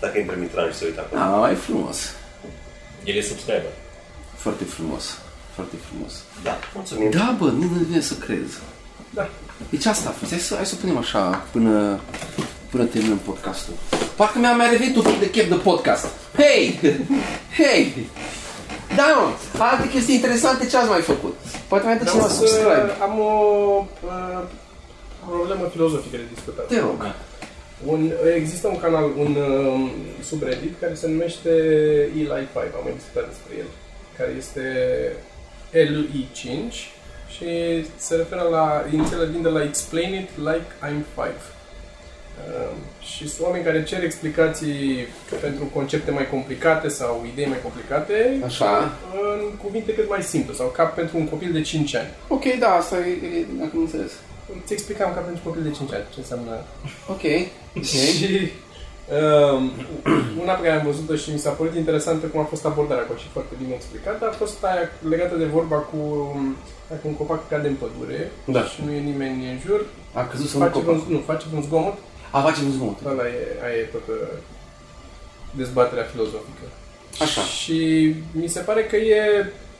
Speaker 4: Dacă intră Mitran și se uită acolo.
Speaker 1: Ah, e frumos.
Speaker 3: El e subscriber.
Speaker 1: Foarte frumos. Foarte frumos.
Speaker 4: Da, mulțumim.
Speaker 1: Da, bă, nu nu vine să crezi.
Speaker 5: Da.
Speaker 1: Deci asta a fost. Hai să, hai să punem așa până, până terminăm podcastul. Parcă mi-a mai revenit un pic de chef de podcast. Hei! Hei! Da, mă, alte chestii interesante ce ați mai făcut? Poate mai dă
Speaker 5: Vreau
Speaker 1: cineva subscribe.
Speaker 5: să uh, am o uh, problemă filozofică de discutat.
Speaker 1: Te rog.
Speaker 5: Un, există un canal, un um, subreddit care se numește Eli5, am mai discutat despre el, care este LI5 și se referă la, inițial vin de la Explain it like I'm 5. Um, și sunt oameni care cer explicații pentru concepte mai complicate sau idei mai complicate
Speaker 1: Așa.
Speaker 5: în cuvinte cât mai simple sau ca pentru un copil de 5 ani.
Speaker 1: Ok, da, asta e, e acum înțeles.
Speaker 5: Îți explicam ca pentru copil de 5 ani ce înseamnă
Speaker 1: Ok.
Speaker 5: Și um, una pe care am văzut-o și mi s-a părut interesantă cum a fost abordarea acolo și foarte bine explicată, a fost aia legată de vorba cu um, dacă un copac cade în pădure
Speaker 1: Da.
Speaker 5: și nu e nimeni în jur,
Speaker 1: A căzut să nu
Speaker 5: face un,
Speaker 1: copac.
Speaker 5: nu, face un zgomot,
Speaker 1: A, face un zgomot.
Speaker 5: da, da, e, aia e toată dezbaterea filozofică.
Speaker 1: Așa.
Speaker 5: Și mi se pare că e,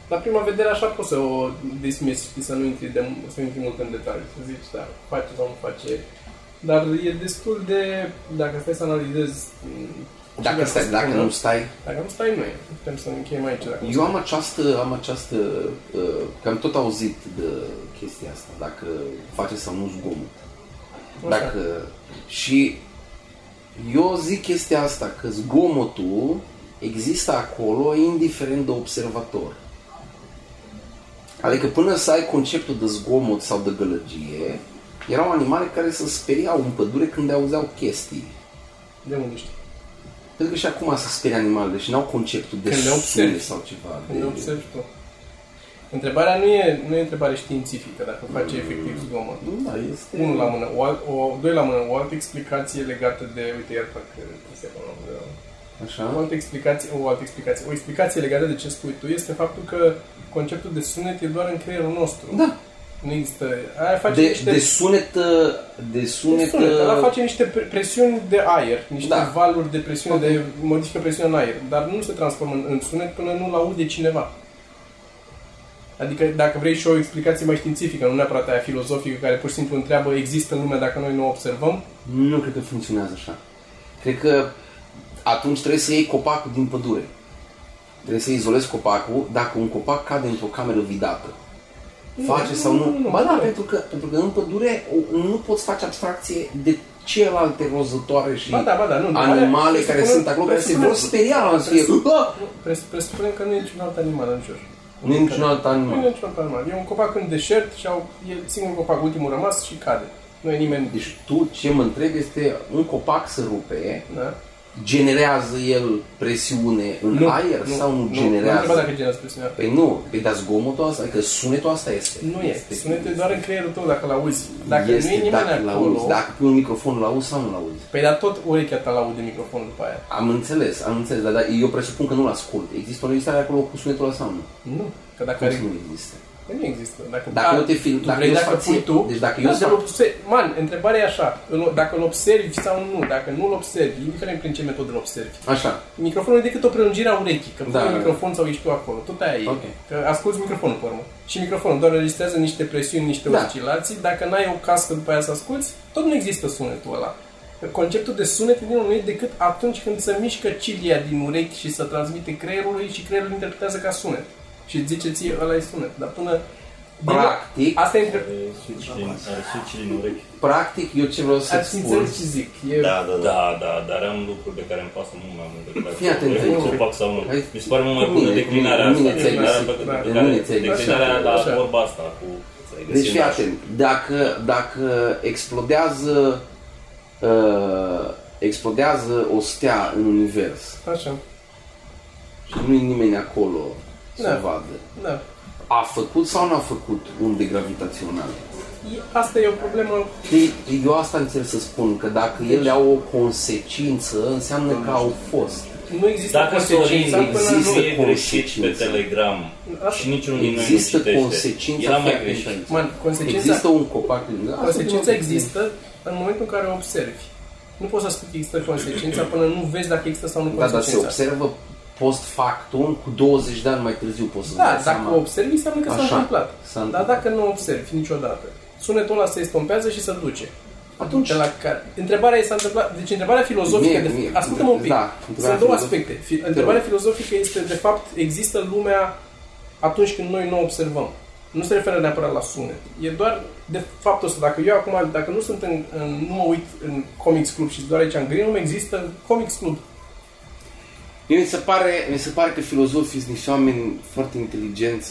Speaker 5: la prima vedere, așa poți să o dismiss și să nu intri, de, să nu intri mult în detaliu, să zici, da, face sau nu face. Dar e destul de, dacă stai să analizezi, mm, m,
Speaker 1: Dacă,
Speaker 5: ce
Speaker 1: stai,
Speaker 5: vrea să
Speaker 1: dacă
Speaker 5: spună,
Speaker 1: nu stai,
Speaker 5: Dacă nu stai, nu e. Putem să încheiem aici. Dacă
Speaker 1: Eu am această, am această, uh, că am tot auzit de chestia asta, dacă face sau nu zgomot.
Speaker 5: Așa.
Speaker 1: Dacă, și eu zic chestia asta, că zgomotul există acolo indiferent de observator. Adică până să ai conceptul de zgomot sau de gălăgie, erau animale care se speriau în pădure când auzeau chestii.
Speaker 5: De unde știi?
Speaker 1: Pentru că și acum se sperie animalele și n-au conceptul de
Speaker 5: Când le observi.
Speaker 1: sune sau ceva.
Speaker 5: Când
Speaker 1: de-
Speaker 5: observi tu. Întrebarea nu e, nu e întrebare științifică, dacă face efectiv zgomot.
Speaker 1: Da, este...
Speaker 5: Unul la mână, o, al- o, doi la mână, o altă explicație legată de, uite, iar fac uh, chestia acolo, de- O
Speaker 1: Așa?
Speaker 5: altă explicație, o altă explicație, o explicație legată de ce spui tu este faptul că conceptul de sunet e doar în creierul nostru.
Speaker 1: Da.
Speaker 5: Nu există... Aia face
Speaker 1: De,
Speaker 5: niște...
Speaker 1: de sunet... uh, De
Speaker 5: de
Speaker 1: sunet...
Speaker 5: sunet. Ăla
Speaker 1: uh,
Speaker 5: face niște pre- presiuni de aer, niște
Speaker 1: Da.
Speaker 5: valuri de presiune,
Speaker 1: Ok.
Speaker 5: de modifică presiunea în aer, dar nu se transformă în, în sunet până nu-l aude cineva. Adică dacă vrei și o explicație mai științifică, nu neapărat aia filozofică, care pur și simplu întreabă există în lume dacă noi nu o observăm,
Speaker 1: Nu cred că funcționează așa. Cred că atunci trebuie să iei copacul din pădure. Trebuie să izolezi copacul dacă un copac cade într-o cameră vidată. Face sau nu?
Speaker 5: nu, nu,
Speaker 1: ba da,
Speaker 5: nu.
Speaker 1: pentru că, pentru că în pădure o- nu poți face abstracție de celelalte rozătoare și
Speaker 5: Ba da, ba da, nu,
Speaker 1: animale
Speaker 5: întrebarea-
Speaker 1: care sunt acolo, care se vor speria la zi. "Ah!"
Speaker 5: Pres- Presupunem că nu e niciun alt animal în jur.
Speaker 1: Nu e niciun alt
Speaker 5: Nu e
Speaker 1: animal.
Speaker 5: niciun alt animal. E un copac în deșert și au, e singurul copac ultimul rămas și cade. Nu e nimeni...
Speaker 1: Deci tu ce mă întrebi este un copac se rupe,
Speaker 5: Da?
Speaker 1: generează el presiune în aer sau nu,
Speaker 5: Nu, am
Speaker 1: generează?
Speaker 5: întrebat dacă generează presiunea.
Speaker 1: Păi nu, păi dar zgomotul ăsta, adică sunetul ăsta este.
Speaker 5: Nu e.
Speaker 1: Este-
Speaker 5: Sunetul e doar în creierul tău dacă l-auzi. Dacă
Speaker 1: este
Speaker 5: nu e nimeni
Speaker 1: dacă
Speaker 5: acolo...
Speaker 1: L-auzi, dacă pui un microfon, l-auzi sau nu l-auzi?
Speaker 5: Păi dar tot urechea ta l-aude microfonul după aia.
Speaker 1: Am înțeles, am înțeles, dar, dar eu presupun că nu-l ascult. Există o registrare acolo cu sunetul ăla sau nu?
Speaker 5: Nu. Că dacă
Speaker 1: Care
Speaker 5: are...
Speaker 1: nu există?
Speaker 5: Că nu există. Dacă,
Speaker 1: Dacă eu te film-
Speaker 5: tu
Speaker 1: dacă
Speaker 5: vrei,
Speaker 1: eu îți
Speaker 5: dacă
Speaker 1: fac
Speaker 5: pui
Speaker 1: ție.
Speaker 5: tu,
Speaker 1: Deci dacă eu îți
Speaker 5: dacă
Speaker 1: fac-
Speaker 5: observi, man, întrebarea e așa, îl- dacă îl observi sau nu, dacă nu îl observi, indiferent prin ce metodă îl observi,
Speaker 1: Așa.
Speaker 5: Microfonul e decât o prelungire a urechii, că
Speaker 1: Da,
Speaker 5: da,
Speaker 1: da, da.
Speaker 5: pui microfon sau ești tu acolo, tot aia e.
Speaker 1: Ok.
Speaker 5: Că asculti microfonul pe urmă. Și microfonul doar înregistrează niște presiuni, niște
Speaker 1: Da.
Speaker 5: oscilații. Dacă n-ai o cască după aia să asculti, tot nu există sunetul ăla. Că Conceptul de sunet din el nu e decât atunci când se mișcă cilia din urechi și se transmite creierului și creierul interpretează ca sunet. Și îți zice ție, ăla e sunet. Dar până...
Speaker 1: Practic.
Speaker 5: Asta e între...
Speaker 3: Are sucile în- are sucile în urechi.
Speaker 1: Practic, eu ce vreau să
Speaker 5: Ați
Speaker 1: spun...
Speaker 5: înțeles ce zic. E...
Speaker 4: Da, da, da.
Speaker 3: Da, da, dar am lucruri de care îmi pasă mult mai mult decât
Speaker 1: Fii atent
Speaker 3: dacă
Speaker 1: aici.
Speaker 3: un copac sau nu.
Speaker 1: Hai-
Speaker 3: Mi se pare mult mai
Speaker 1: Cu
Speaker 3: bună
Speaker 1: mine,
Speaker 3: declinarea
Speaker 1: cu mine
Speaker 3: asta.
Speaker 1: ți-ai
Speaker 3: Declinarea
Speaker 1: găsit,
Speaker 3: pe
Speaker 5: da.
Speaker 3: pe
Speaker 1: Cu
Speaker 3: care-
Speaker 1: mine ți-ai găsit.
Speaker 3: declinarea
Speaker 5: Așa.
Speaker 3: la vorba asta cu... ți-ai găsit
Speaker 1: Deci fii
Speaker 3: nașul.
Speaker 1: atent, dacă, dacă explodează, uh, explodează o stea în univers
Speaker 5: Așa.
Speaker 1: și nu e nimeni acolo să
Speaker 5: Da.
Speaker 1: vadă,
Speaker 5: Da.
Speaker 1: a făcut sau n-a făcut unde gravitațional?
Speaker 5: E- Asta e o problemă
Speaker 1: Știi, eu asta încerc să spun, că dacă ele au o consecință, înseamnă că au fost.
Speaker 5: nu există
Speaker 3: Dacă Sorin
Speaker 5: consecință până nu
Speaker 1: există
Speaker 3: nu e greșit pe
Speaker 1: consecință.
Speaker 3: Telegram
Speaker 5: Asta-
Speaker 3: și niciunul din noi nu
Speaker 1: Există
Speaker 3: citește,
Speaker 1: consecința
Speaker 3: era mai
Speaker 1: fiecărui
Speaker 3: greșit.
Speaker 1: dintre
Speaker 5: Man, consecința,
Speaker 1: Există un copac lângă.
Speaker 5: consecința există în momentul în care o observi. Nu poți să spui că există consecința până nu vezi dacă există sau nu
Speaker 1: Da, dar se
Speaker 5: consecința.
Speaker 1: observă post factum cu 20 de ani mai târziu poți să
Speaker 5: Da, dacă o observi, înseamnă că s-a
Speaker 1: Așa.
Speaker 5: întâmplat.
Speaker 1: S-a întâmplat.
Speaker 5: Dar dacă nu o observi niciodată, sunetul ăla se estompează și se duce.
Speaker 1: Atunci-
Speaker 5: De la care... Întrebarea e s-a întâmplat... Deci întrebarea filozofică...
Speaker 1: Mie-
Speaker 5: de...
Speaker 1: mie-
Speaker 5: Ascultă-mă un pic.
Speaker 1: da,
Speaker 5: Sunt
Speaker 1: întrebarea
Speaker 5: două
Speaker 1: filozofică.
Speaker 5: aspecte. Fi... Întrebarea filozofică este, de fapt, există lumea atunci când noi nu observăm. Nu se referă neapărat la sunet. E doar de faptul ăsta. Dacă eu acum, dacă nu sunt în, în nu mă uit în Comics Club și doar aici în Green Room, există Comics Club.
Speaker 1: Mie mi se pare, mi se pare că filozofii sunt niște oameni foarte inteligenți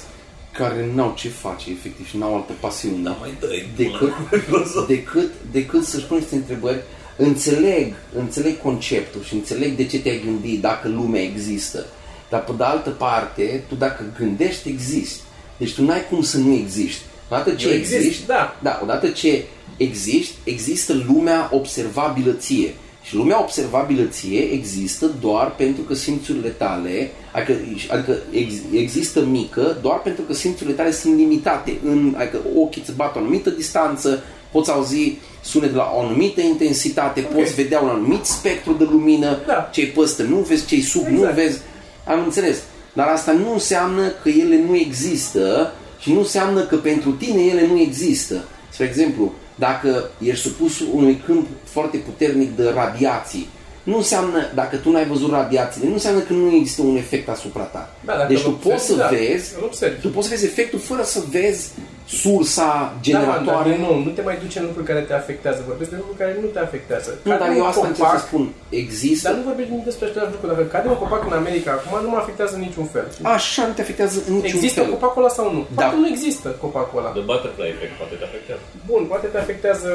Speaker 1: care n-au ce face efectiv și n-au altă pasiune.
Speaker 4: Da, mai dă-i
Speaker 1: decât, decât, decât să-și pun niște întrebări. Înțeleg, înțeleg conceptul și înțeleg de ce te-ai gândit dacă lumea există. Dar pe de altă parte, tu dacă gândești, existi. Deci tu n-ai cum să nu existi. Odată ce
Speaker 5: Eu exist,
Speaker 1: existi,
Speaker 5: da.
Speaker 1: da, odată ce existi, există lumea observabilă ție. Și lumea observabilă ție există doar pentru că simțurile tale, adică, adică ex, există mică doar pentru că simțurile tale sunt limitate. În, adică ochii îți bat o anumită distanță, poți auzi sunet la o anumită intensitate, okay. poți vedea un anumit spectru de lumină,
Speaker 5: Da.
Speaker 1: ce-i păstă nu vezi, ce-i sub
Speaker 5: Exact.
Speaker 1: nu vezi. Am înțeles. Dar asta nu înseamnă că ele nu există și nu înseamnă că pentru tine ele nu există. Spre exemplu, dacă ești supus unui câmp foarte puternic de radiații, nu înseamnă, dacă tu n-ai văzut radiațiile, nu înseamnă că nu există un efect asupra ta.
Speaker 5: Da, dacă
Speaker 1: deci tu
Speaker 5: îl
Speaker 1: poți să
Speaker 5: observi, da,
Speaker 1: vezi,
Speaker 5: îl observi.
Speaker 1: tu poți să vezi efectul fără să vezi sursa
Speaker 5: Da, mă, dar
Speaker 1: generatoare.
Speaker 5: nu, nu te mai duce în lucruri care te afectează. Vorbesc de lucruri care nu te afectează.
Speaker 1: nu, dar
Speaker 5: Cade
Speaker 1: eu
Speaker 5: un
Speaker 1: asta încerc să
Speaker 5: copac,
Speaker 1: spun. Există
Speaker 5: Dar nu vorbim nimic despre același lucru. Dacă cade un copac în America acum, nu mă afectează în niciun fel.
Speaker 1: Așa nu te afectează în niciun
Speaker 5: Există
Speaker 1: fel.
Speaker 5: copacul ăla sau nu?
Speaker 1: Da.
Speaker 5: Poate nu există copacul ăla.
Speaker 3: The butterfly effect poate te afectează. Bun.
Speaker 5: Bun, poate te afectează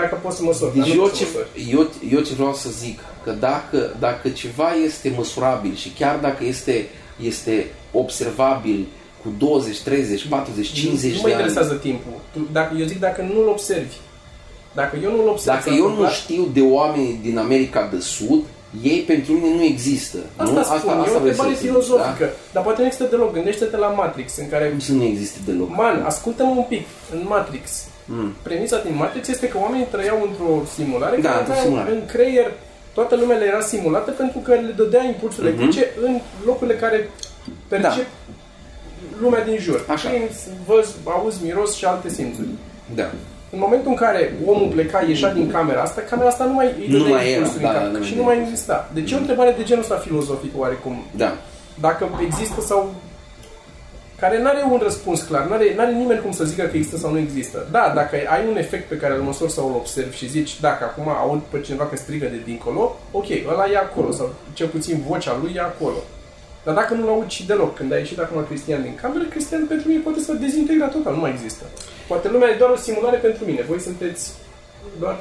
Speaker 5: dacă poți să măsori, dar
Speaker 1: Deci
Speaker 5: nu
Speaker 1: eu
Speaker 5: poți
Speaker 1: ce,
Speaker 5: să măsori.
Speaker 1: eu, eu ce vreau să zic, că dacă, dacă ceva este măsurabil și chiar dacă este, este observabil cu 20, 30, 40, 50
Speaker 5: nu mă
Speaker 1: de ani,
Speaker 5: interesează timpul. Tu, dacă, eu zic dacă nu-l observi. Dacă eu nu-l observ,
Speaker 1: dacă
Speaker 5: s-a
Speaker 1: eu nu
Speaker 5: întâmplat,
Speaker 1: știu de oameni din America de Sud, ei pentru mine nu există. nu?
Speaker 5: Asta spun, e o
Speaker 1: vrei să
Speaker 5: întrebare
Speaker 1: zic,
Speaker 5: filozofică. Dar poate nu există deloc. Gândește-te la Matrix, în care
Speaker 1: Da? Cum să nu există deloc?
Speaker 5: Man, ascultă-mă un pic. În Matrix. Mm. Premisa din Matrix este că oamenii trăiau într-o simulare
Speaker 1: Hmm. Da,
Speaker 5: care
Speaker 1: într-o
Speaker 5: avea
Speaker 1: simulare.
Speaker 5: în creier toată lumea le era simulată pentru că le dădea impulsuri
Speaker 1: Mhm.
Speaker 5: electrice în locurile care percep da. lumea din jur.
Speaker 1: Așa.
Speaker 5: Prin văz, auzi, miros și alte simțuri.
Speaker 1: Da.
Speaker 5: În momentul în care omul pleca, ieșea din camera asta, camera asta nu mai îi
Speaker 1: Nu
Speaker 5: dădea
Speaker 1: mai era,
Speaker 5: impulsuri
Speaker 1: da,
Speaker 5: în cap
Speaker 1: da, nu
Speaker 5: și
Speaker 1: mai
Speaker 5: nu
Speaker 1: era. Mhm.
Speaker 5: mai exista. Deci e o întrebare de genul ăsta filozofic oarecum
Speaker 1: Da.
Speaker 5: dacă există sau care nu are un răspuns clar, nu are nimeni cum să zică că există sau nu există. Da, dacă ai un efect pe care îl măsori sau îl observi și zici, dacă acum aud pe cineva că strigă de dincolo, ok, ăla e acolo, sau cel puțin vocea lui e acolo. Dar dacă nu-l auzi și deloc, când a ieșit acum Cristian din cameră, Cristian pentru mine poate să dezintegra total, nu mai există. Poate lumea e doar o simulare pentru mine, voi sunteți doar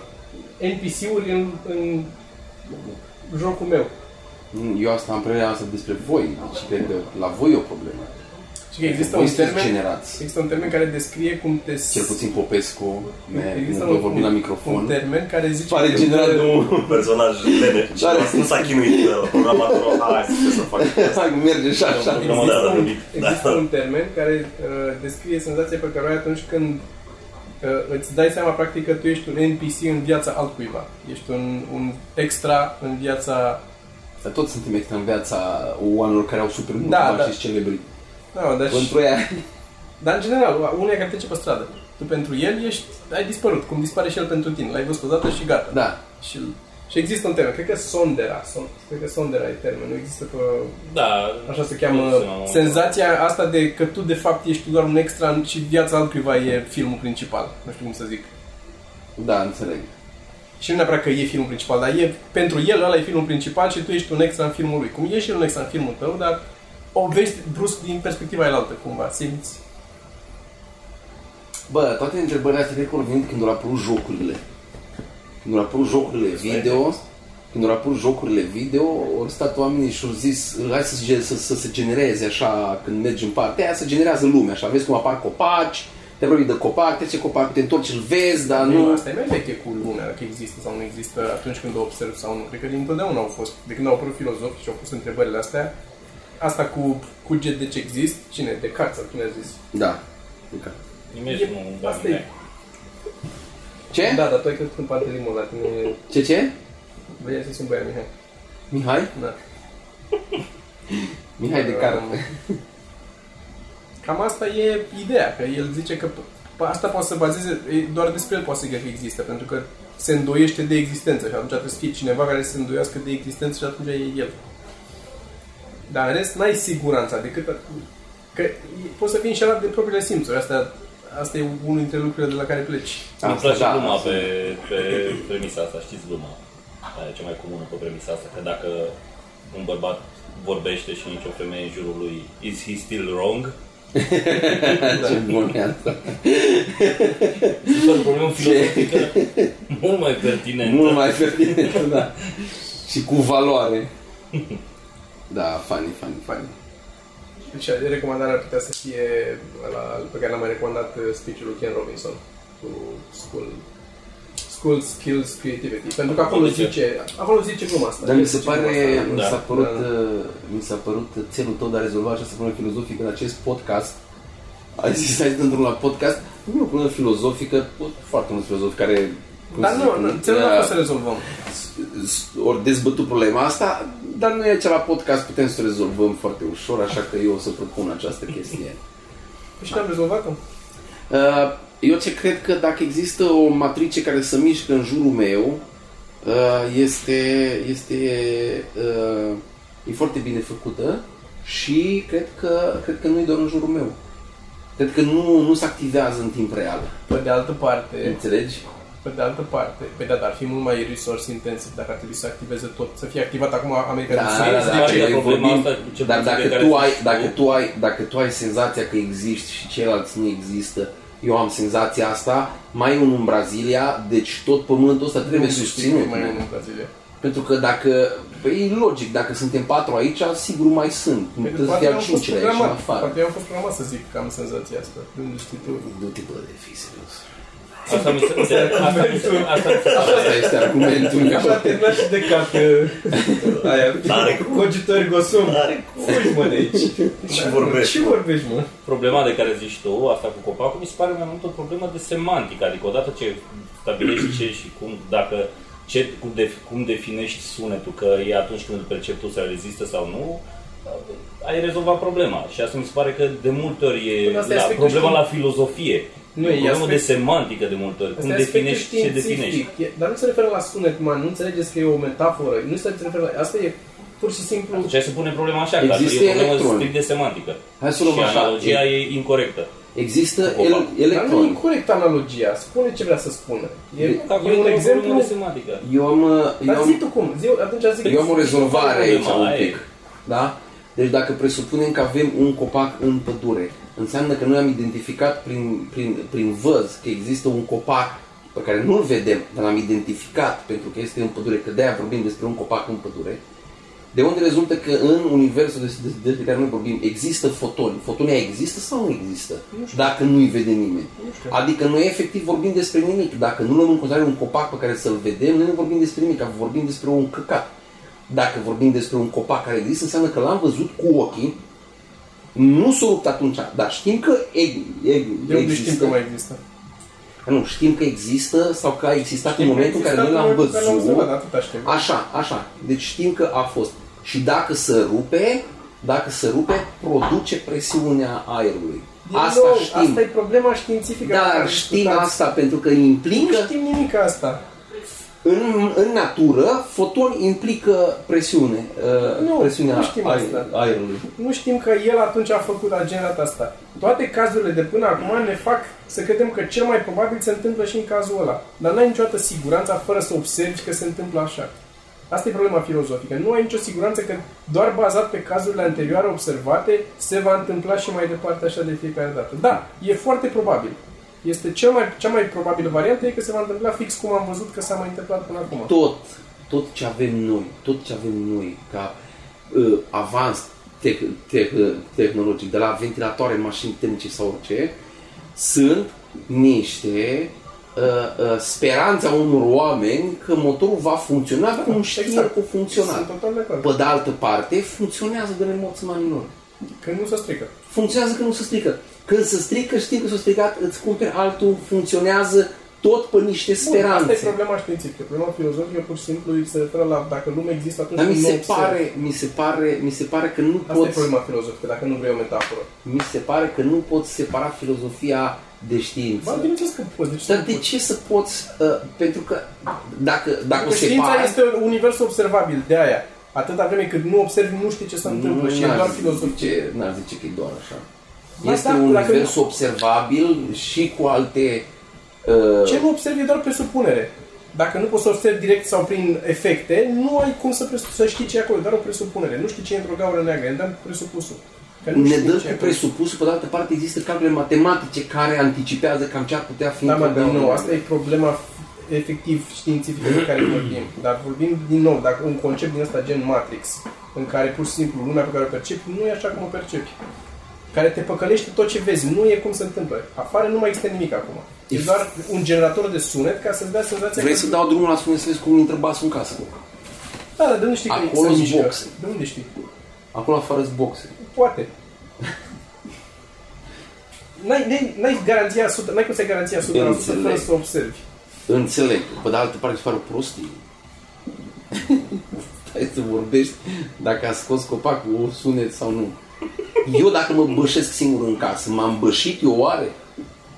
Speaker 5: NPC-uri în, în jocul meu.
Speaker 1: Eu asta am părerea asta despre voi și cred că la voi e o problemă.
Speaker 5: Și că există
Speaker 1: voi
Speaker 5: un
Speaker 1: sunteți
Speaker 5: termen...
Speaker 1: generați.
Speaker 5: Există un termen care descrie cum te...
Speaker 1: Cel puțin Popescu, ne,
Speaker 5: Există
Speaker 1: ne vorbim la microfon.
Speaker 5: Un termen care zice...
Speaker 1: Pare
Speaker 5: că-
Speaker 1: generat de un
Speaker 4: un personaj lene. Și
Speaker 1: Dar-
Speaker 4: nu s-a chinuit uh, programatorul. Hai să să fac asta.
Speaker 1: Hai, merge și așa.
Speaker 4: Exact.
Speaker 5: Există,
Speaker 4: Da, da,
Speaker 5: un,
Speaker 4: da.
Speaker 5: există un termen care uh, descrie senzația pe care o ai atunci când uh, îți dai seama practic că tu ești un NPC în viața altcuiva. Ești un, un extra în viața...
Speaker 1: Dar toți suntem extra în viața oamenilor care au super mult
Speaker 5: Da,
Speaker 1: da,
Speaker 5: da.
Speaker 1: da. Deci- și celebri.
Speaker 5: Da, dar, și,
Speaker 1: Pentru aia,
Speaker 5: dar în general, unul care trece pe stradă. Tu pentru el ești, ai dispărut, cum dispare și el pentru tine. L-ai văzut odată și gata.
Speaker 1: da.
Speaker 5: Și, și există un termen, cred că sondera, son, cred că sondera e termenul, există pe,
Speaker 3: Da.
Speaker 5: așa se cheamă,
Speaker 3: Sau-
Speaker 5: senzația asta de că tu de fapt ești doar un extra și viața altcuiva e filmul principal, nu știu cum să zic.
Speaker 1: Da, înțeleg.
Speaker 5: Și nu neapărat că e filmul principal, dar e, pentru el ăla e filmul principal și tu ești un extra în filmul lui. Cum ești un extra în filmul tău, dar o vezi brusc din perspectiva elaltă, cumva, simți.
Speaker 1: Bă, toate întrebările astea cred că au venit când au apărut jocurile. Când au apărut jocurile video, când au apărut jocurile video, au stat oamenii și au zis, hai să, se- să, să se genereze așa, când mergi în partea aia, să generează lumea, așa, vezi cum apar copaci, te apropii de copac, trece copac, te întorci, îl vezi, dar
Speaker 5: Nu.
Speaker 1: nu...
Speaker 5: Asta e mai veche cu lumea, dacă există sau nu există atunci când o observ sau nu. Cred că dintotdeauna au fost, de când au apărut filozofi și au pus întrebările astea, asta cu cuget de ce exist, cine? Descartes sau cine a zis?
Speaker 1: Da. Adică-
Speaker 3: Nimeni nu
Speaker 5: Asta e.
Speaker 3: doamne.
Speaker 1: Ce?
Speaker 5: Da, dar tu ai crescut în pantelimul la tine.
Speaker 1: Ce, ce?
Speaker 5: Vedeai să sunt băiat, Mihai.
Speaker 1: Mihai?
Speaker 5: Da.
Speaker 1: Mihai de carte.
Speaker 5: Cam asta e ideea, că el zice că p- pe asta poate să bazeze, e- doar despre el poate să zică că există, pentru că se îndoiește de existență și atunci trebuie să fie cineva care să se îndoiască de existență și atunci e el. Dar în rest n-ai siguranța decât că e- poți să fii înșelat de propriile simțuri. Asta, asta e unul dintre lucrurile de la care pleci.
Speaker 3: Îmi
Speaker 1: Asta,
Speaker 3: place
Speaker 1: da,
Speaker 3: gluma
Speaker 1: asta.
Speaker 3: pe, pe premisa asta, știți gluma aia e cea mai comună pe premisa asta, că dacă un bărbat vorbește și nicio femeie în jurul lui, is he still wrong?
Speaker 1: Ce bun e asta.
Speaker 3: Se pare o problemă filozofică mult mai pertinentă.
Speaker 1: Mult mai fertilită, da. Și cu valoare. Da, funny, funny, funny.
Speaker 5: Deci recomandarea ar putea să fie la, pe care l-am mai recomandat uh, speech-ul lui Ken Robinson cu School, school Skills Creativity. Pentru că acolo
Speaker 3: Acolo zice.
Speaker 5: zice, acolo zice gluma asta.
Speaker 1: Dar mi se
Speaker 5: Zice gluma
Speaker 1: pare,
Speaker 5: asta.
Speaker 1: mi s-a
Speaker 3: Da.
Speaker 1: părut,
Speaker 5: Da.
Speaker 1: uh, mi s-a părut țelul tău de a rezolva această problemă filozofică în acest podcast. Ai zis, ai zis într-un la podcast, nu e o problemă filozofică, pot- foarte mulți filozofi care... cum
Speaker 5: Dar
Speaker 1: să
Speaker 5: nu,
Speaker 1: zic,
Speaker 5: nu, țelul
Speaker 1: uh,
Speaker 5: a fost să rezolvăm.
Speaker 1: s- ori dezbătut problema asta, dar noi aici la podcast putem să o rezolvăm foarte ușor, așa că eu o să propun această chestie.
Speaker 5: Păi Și n-am rezolvat-o.
Speaker 1: Uh, Eu ce cred că dacă există o matrice care să mișcă în jurul meu, uh, este, este uh, e foarte bine făcută și cred că, cred că nu e doar în jurul meu. Cred că nu, nu se activează în timp real.
Speaker 5: Pe de altă parte,
Speaker 1: Înțelegi?
Speaker 5: pe de altă parte, pe de ar fi mult mai resource intensiv dacă ar trebui să activeze tot, să fie activat acum America
Speaker 1: Da,
Speaker 5: de
Speaker 1: da,
Speaker 5: Sud.
Speaker 1: da,
Speaker 3: Să zice
Speaker 1: da,
Speaker 3: că
Speaker 1: noi
Speaker 3: problema
Speaker 1: vorbim,
Speaker 3: asta, cel
Speaker 1: dar
Speaker 3: puțin
Speaker 1: dacă
Speaker 3: pe care
Speaker 1: tu,
Speaker 3: să-
Speaker 1: ai, dacă, tu ai, dacă tu ai senzația că existi și ceilalți nu există, eu am senzația asta, mai e unul în Brazilia, deci tot pământul ăsta trebuie
Speaker 5: Nu știu
Speaker 1: susținut. da.
Speaker 5: mai
Speaker 1: man.
Speaker 5: mult în Brazilia.
Speaker 1: Pentru că dacă, păi e logic, dacă suntem patru aici, sigur mai sunt. Nu
Speaker 5: Pentru
Speaker 1: trebuie
Speaker 5: că
Speaker 1: să
Speaker 5: Păi, poate
Speaker 1: fie
Speaker 5: am fost
Speaker 1: ciucile aici în
Speaker 5: programat,
Speaker 1: afară.
Speaker 5: poate eu am fost programat să zic că am senzația asta. De Unde știi tu?
Speaker 1: Du-te bă de fi serios.
Speaker 3: Asta mi se, de, asta mi se, asta mi se pare.
Speaker 1: Asta este argumentul meu.
Speaker 5: Așa a terminat și de cap că- aia,
Speaker 4: Tare cum.
Speaker 5: cogitori gosum.
Speaker 4: Tare
Speaker 5: Fugi, mă, de aici.
Speaker 4: Ce vorbești,
Speaker 5: Ce vorbești, mă?
Speaker 3: Problema de care zici tu, asta cu copacul, mi se pare mai mult o problemă de semantică. Adică odată ce stabilești ce și cum, dacă, ce, cum, de, cum definești sunetul, că e atunci când îl percepi tu să rezistă sau nu, uh, ai rezolvat problema. Și asta mi se pare că de multe ori e
Speaker 5: Până asta e
Speaker 3: la,
Speaker 5: aspectul
Speaker 3: problema
Speaker 5: știin-
Speaker 3: la filozofie. Nu,
Speaker 5: Nu, e
Speaker 3: e o problemă
Speaker 5: aspect-
Speaker 3: de semantică de multe ori. Cum
Speaker 5: Asta e aspectul
Speaker 3: definești ce
Speaker 5: științific.
Speaker 3: definești.
Speaker 5: E- Dar nu se referă la sunet, mă, nu înțelegeți că e o metaforă. Nu se referă la... Asta e pur și simplu...
Speaker 3: Deci hai să punem problema așa, că
Speaker 1: Există
Speaker 3: e o problemă
Speaker 1: electroni.
Speaker 3: strict de semantică.
Speaker 1: Hai să o
Speaker 3: Și
Speaker 1: luăm așa.
Speaker 3: analogia e incorectă.
Speaker 1: Există
Speaker 3: Opa.
Speaker 1: el,
Speaker 5: Dar nu e
Speaker 1: electroni.
Speaker 5: corect analogia. Spune ce vrea să spună. E,
Speaker 1: Bine,
Speaker 3: Acolo
Speaker 5: e un
Speaker 3: problemă
Speaker 5: exemplu...
Speaker 3: de semantică.
Speaker 1: Eu am, uh, eu
Speaker 5: Dar
Speaker 1: am
Speaker 5: zi tu cum. Zi, atunci zic...
Speaker 1: Eu am o rezolvare aici
Speaker 3: Problema
Speaker 1: un
Speaker 3: aia e.
Speaker 1: pic. Da? Deci dacă presupunem că avem un copac în pădure, înseamnă că noi am identificat prin, prin, prin văz că există un copac pe care nu-l vedem, dar l-am identificat pentru că este în pădure, că de-aia vorbim despre un copac în pădure, de unde rezultă că în universul des- des- despre care noi vorbim există fotoni. Fotonia există sau nu există? dacă nu-i vede nimeni. Adică noi efectiv vorbim despre nimic. Dacă nu luăm în considerare un copac pe care să-l vedem, noi nu vorbim despre nimic, vorbim despre un căcat. Dacă vorbim despre un copac care există, înseamnă că l-am văzut cu ochii, nu s-a rupt atunci, dar știm că e, e,
Speaker 5: De unde știm
Speaker 1: există.
Speaker 5: că mai există?
Speaker 1: Nu, știm că există sau că a existat în momentul în care noi
Speaker 5: Există
Speaker 1: l-am
Speaker 5: momentul în care l-am
Speaker 1: văzut.
Speaker 5: observat, da. Atâta știm.
Speaker 1: Așa, așa. Deci știm că a fost. Și dacă se rupe, dacă se rupe, produce presiunea aerului.
Speaker 5: Din
Speaker 1: Asta
Speaker 5: nou,
Speaker 1: știm.
Speaker 5: Asta e problema științifică. pe care
Speaker 1: Dar
Speaker 5: o
Speaker 1: știm
Speaker 5: discutați.
Speaker 1: asta pentru că
Speaker 5: Nu
Speaker 1: implică
Speaker 5: știm nimic asta.
Speaker 1: în, în natură, foton implică presiune, uh,
Speaker 5: Nu,
Speaker 1: presiunea
Speaker 5: nu știm asta.
Speaker 1: aerului.
Speaker 5: Nu știm că el atunci a făcut, a generat asta. Toate cazurile de până acum ne fac să credem că cel mai probabil se întâmplă și în cazul ăla. Dar n-ai niciodată siguranța fără să observi că se întâmplă așa. Asta e problema filozofică. Nu ai nicio siguranță că doar bazat pe cazurile anterioare observate se va întâmpla și mai departe așa de fiecare dată. Da, e foarte probabil. Este cel mai, cea mai probabilă variantă e că se va întâmpla fix cum am văzut că s-a mai întâmplat până acum.
Speaker 1: Tot, tot ce avem noi, tot ce avem noi ca uh, avans tec- tec- tehnologic, de la ventilatoare, mașini termice sau orice, sunt niște uh, uh, speranța unor oameni că motorul va funcționa cum știm
Speaker 5: Exact.
Speaker 1: că funcționează.
Speaker 5: Sunt total de acord.
Speaker 1: Pe de altă parte, funcționează de remoți manilor.
Speaker 5: Că nu se strică.
Speaker 1: funcționează când nu se strică. Când se strică, știi că s-a stricat, îți cumperi altul, funcționează, tot pe niște
Speaker 5: Bun, asta e
Speaker 1: speranțe.
Speaker 5: problema științifică. Problema filozofică pur și simplu se referă la dacă lumea există atunci
Speaker 1: Dar mi
Speaker 5: când nu
Speaker 1: se,
Speaker 5: observi.
Speaker 1: pare, mi, se pare, mi se pare că nu
Speaker 5: Asta e
Speaker 1: poți,
Speaker 5: problema filozofică, dacă nu vrei o metaforă.
Speaker 1: mi se pare că nu poți separa filozofia de
Speaker 5: Ba,
Speaker 1: știință.
Speaker 5: bineînțeles că poți. Deci
Speaker 1: Dar
Speaker 5: nu
Speaker 1: de
Speaker 5: poți.
Speaker 1: ce să poți, uh, pentru că dacă, dacă o
Speaker 5: Că știința
Speaker 1: separi,
Speaker 5: este un univers observabil, de aia. Atâta vreme cât nu observi, nu știi ce se întâmplă și e
Speaker 1: n-ar
Speaker 5: doar
Speaker 1: zice-
Speaker 5: filozofie.
Speaker 1: N-ar zice că e doar așa.
Speaker 5: Ba
Speaker 1: este
Speaker 5: da,
Speaker 1: un
Speaker 5: dacă-
Speaker 1: univers observabil și cu alte... Uh,
Speaker 5: Ce nu observi e doar presupunere. Dacă nu poți să observi direct sau prin efecte, nu ai cum să, presu- să știi ce e acolo, doar o presupunere. Nu știi ce e într-o gaură neagră, îmi dăm presupusul. Că nu
Speaker 1: ne
Speaker 5: știm
Speaker 1: dă
Speaker 5: ce
Speaker 1: cu
Speaker 5: e acolo.
Speaker 1: presupusul, pe de altă parte există calcule matematice care anticipează cam ce ar putea fi
Speaker 5: Da, mă,
Speaker 1: într-o
Speaker 5: din nou,
Speaker 1: gaură.
Speaker 5: asta e problema f- efectiv științifică de care vorbim. Dar vorbim din nou, dacă un concept din ăsta gen Matrix, în care pur și simplu lumea pe care o percepi nu e așa cum o percepi. Care te păcălește tot ce vezi, nu e cum se întâmplă. Afară nu mai există nimic acum. E
Speaker 1: If-
Speaker 5: doar un generator de sunet ca să-ți dea senzația
Speaker 1: Vrei
Speaker 5: că...
Speaker 1: să dau drumul la spune să vezi cum intră basul în casă.
Speaker 5: Da, dar de unde știi că
Speaker 1: Acolo
Speaker 5: se
Speaker 1: sunt
Speaker 5: mișcă?
Speaker 1: boxe.
Speaker 5: De unde știi?
Speaker 1: Acolo afară sunt boxe.
Speaker 5: Poate. N-ai, n-ai, n-ai garanția 100, n-ai cum să ai garanția 100% fără
Speaker 1: Înțeleg.
Speaker 5: să observi.
Speaker 1: Înțeleg. Pe de altă parte fac prostii. Stai să vorbești dacă a scos copacul o sunet sau nu. Eu dacă mă bășesc singur în casă, m-am bășit eu oare?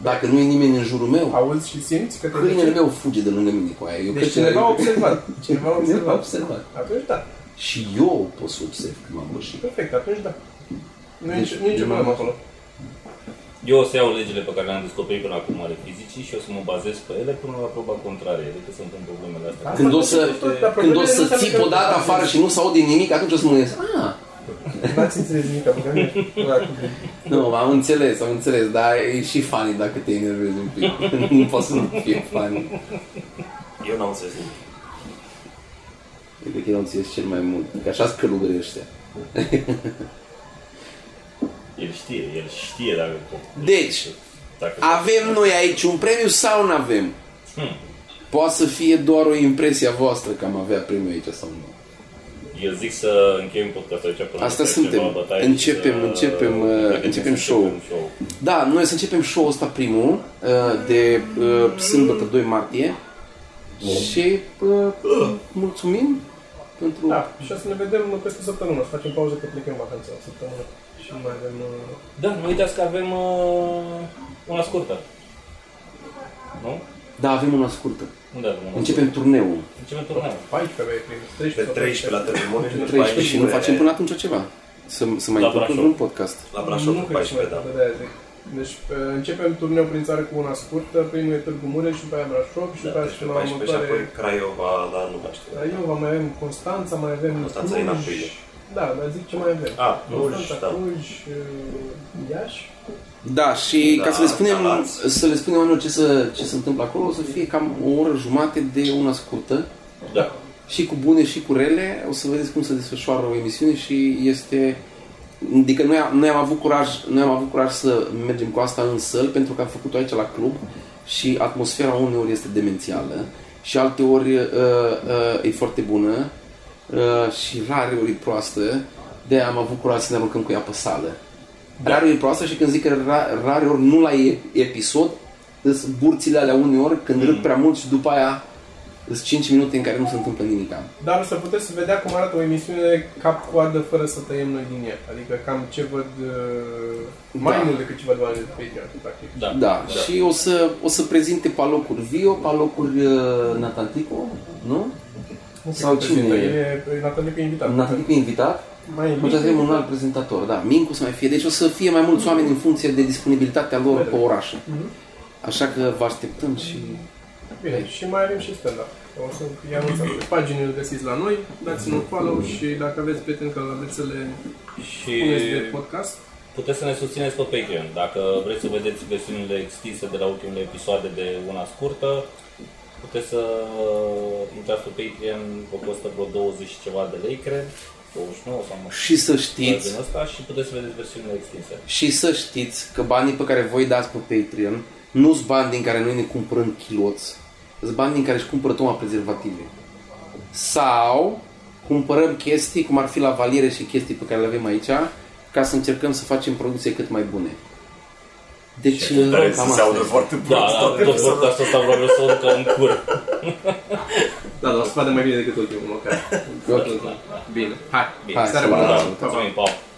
Speaker 1: Dacă nu e nimeni în jurul meu?
Speaker 5: Auzi și simți că te
Speaker 1: Câinele
Speaker 5: duce-
Speaker 1: meu fuge de lângă mine cu aia. Eu
Speaker 5: Deci
Speaker 1: cred că-
Speaker 5: cineva a observat. Cineva a
Speaker 1: uh, Cineva a
Speaker 5: observat.
Speaker 1: observat.
Speaker 5: Atunci da,
Speaker 1: Și eu pot să observ că m-am bășit.
Speaker 5: perfect, atunci da. Nu e
Speaker 1: Deci,
Speaker 5: nicio, nu e nicio
Speaker 1: eu
Speaker 5: problemă
Speaker 1: m-am-
Speaker 5: acolo.
Speaker 3: Eu o să iau legile pe care le-am descoperit până acum ale fizicii și o să mă bazez pe ele până la proba contrarie, decât să îmi pun problemele astea.
Speaker 5: Asta
Speaker 1: Când o
Speaker 5: face
Speaker 1: să,
Speaker 5: tot, dar
Speaker 1: când
Speaker 5: problemele
Speaker 1: o
Speaker 5: nu
Speaker 1: să
Speaker 5: înseamnă
Speaker 1: țip
Speaker 5: că
Speaker 1: o dată
Speaker 5: nu-
Speaker 1: afară și nu se aude nimic, atunci o să mă gândesc, ah,
Speaker 5: N-ați înțeles nimic, am gândit.
Speaker 1: nu, am înțeles, am înțeles, dar e și funny dacă te enervezi un pic. nu poți să nu fie funny.
Speaker 4: Eu n-am înțeles nimic.
Speaker 1: Eu cred că eu înțeles cel mai mult, că așa sunt călugării ăștia.
Speaker 3: El știe, el știe dacă...
Speaker 1: Deci,
Speaker 3: dacă
Speaker 1: avem noi aici un premiu sau nu avem? Poate să fie doar o impresie a voastră că am avea premiu aici sau nu.
Speaker 3: Eu zic să încheiem podcastul aici până
Speaker 1: Asta
Speaker 3: la
Speaker 1: suntem.
Speaker 3: ceva bătaie
Speaker 1: Începem,
Speaker 3: și să-
Speaker 1: începem, uh,
Speaker 3: Dacă ne
Speaker 1: începem
Speaker 3: să
Speaker 1: show-ul.
Speaker 3: începem show-ul.
Speaker 1: Da, noi să începem show-ul ăsta primul uh, de uh, sâmbătă 2 martie și uh, mulțumim pentru...
Speaker 5: Da, și o să ne vedem peste o săptămână, o să facem pauză că plecăm în vacanță o săptămână. Și mai avem... uh,
Speaker 3: Da, nu uitați că avem uh, una scurtă. Nu?
Speaker 1: Da, avem una scurtă.
Speaker 3: Unde avem una
Speaker 1: Începem turneul
Speaker 3: scurtă? Începem turneul.
Speaker 5: 14 pe 13
Speaker 4: Pe
Speaker 5: sau
Speaker 4: 13 la Termone și
Speaker 1: pe
Speaker 4: după
Speaker 1: 13 și nu
Speaker 4: aia
Speaker 1: facem până atunci ceva. Să, să mai
Speaker 3: La
Speaker 1: întâmplăm
Speaker 3: Brașov.
Speaker 1: un podcast.
Speaker 4: La Brașov,
Speaker 5: Nu
Speaker 4: pe
Speaker 5: cred că mai
Speaker 4: 14, da.
Speaker 5: da. de-aia zic. Deci uh, începem turneul prin țară cu una scurtă, primul e Târgu Mureș, după aia Brașov și după
Speaker 4: Da,
Speaker 5: aia
Speaker 4: deci
Speaker 5: și
Speaker 4: pe 14 și
Speaker 5: la următoare...
Speaker 4: apoi Craiova, dar nu mai știu.
Speaker 5: Dar eu mai avem Constanța, mai avem
Speaker 4: Constanța
Speaker 5: Cluj.
Speaker 4: e în aprilie.
Speaker 5: Da, dar zic ce mai avem.
Speaker 4: A, Cluj,
Speaker 5: Constanța,
Speaker 4: da.
Speaker 5: Cluj, uh, Iași.
Speaker 1: Da, și
Speaker 4: Da,
Speaker 1: ca să le spunem,
Speaker 4: Galați.
Speaker 1: să le spunem oamenilor ce, să, ce se întâmplă acolo, o să fie cam o oră jumate de una scurtă.
Speaker 3: Da.
Speaker 1: și cu bune și cu rele, o să vedeți cum se desfășoară o emisiune și este adică noi, am- noi am avut curaj, noi am avut curaj să mergem cu asta în săl pentru că am făcut-o aici la club și atmosfera uneori este demențială și alte ori uh, uh, e foarte bună uh, și rare ori e proastă de am avut curaj să ne aruncăm cu ea pe sală. Rare ori e proastă și când zic că ra- rare ori nu la e- episod, îs burțile alea uneori când mm. râd prea mult și după aia sunt 5 minute în care nu se întâmplă nimic. da.
Speaker 5: Dar o să puteți să vedea cum arată o emisiune cap-coadă fără să tăiem noi din ea. Adică cam ce văd uh, mai
Speaker 1: Da.
Speaker 5: mult decât ce văd oamenii de pe Patreon, practic.
Speaker 3: Da.
Speaker 1: Da, și o să, o să prezinte palocuri Vio, palocuri uh, Natantico, nu? Sau cine e?
Speaker 5: E, e Nataliu e invitat.
Speaker 1: Natantico e invitat,
Speaker 5: Mai e
Speaker 1: deci avem un
Speaker 5: invitat.
Speaker 1: alt prezentator, da, Mincu să mai fie, deci o să fie mai mulți oameni în funcție de disponibilitatea lor pe oraș. Așa că vă așteptăm și...
Speaker 5: Bine, și mai avem și stand-up. O să fie anunțat pe paginile găsiți la noi, dați-ne un follow și dacă aveți prieteni care aveți să le
Speaker 3: Și
Speaker 5: puneți de podcast,
Speaker 3: puteți să ne susțineți pe Patreon. Dacă vreți să vedeți versiunile extinse de la ultimele episoade de una scurtă, puteți să intrați pe Patreon, vă costă vreo 20 și ceva de lei, cred. 29 sau mă știu,
Speaker 1: Și să
Speaker 3: ceva
Speaker 1: știți,
Speaker 3: din asta și puteți să vedeți versiunile extinse.
Speaker 1: și să știți că banii pe care voi dați pe Patreon nu sunt bani din care noi ne cumpărăm chiloți, sunt bani din care își cumpără Toma prezervative. Sau cumpărăm chestii, cum ar fi la valiere și chestii pe care le avem aici, ca să încercăm să facem produse cât mai bune. Deci,
Speaker 4: Care
Speaker 1: cam
Speaker 4: se
Speaker 1: asta
Speaker 4: audă
Speaker 1: este.
Speaker 4: foarte brut.
Speaker 3: Da, da,
Speaker 4: toate
Speaker 3: tot
Speaker 4: persoanele.
Speaker 3: podcastul ăsta probabil o să o duc ca un cur.
Speaker 5: Da, dar o să vadă mai bine decât ultimul, măcar.
Speaker 1: Ok.
Speaker 5: Bine, hai.
Speaker 3: Bine,
Speaker 1: Hai,
Speaker 5: Seara
Speaker 1: să
Speaker 5: bună.
Speaker 1: vă
Speaker 3: da,
Speaker 5: Pa, pa.
Speaker 3: mulțumim, pa.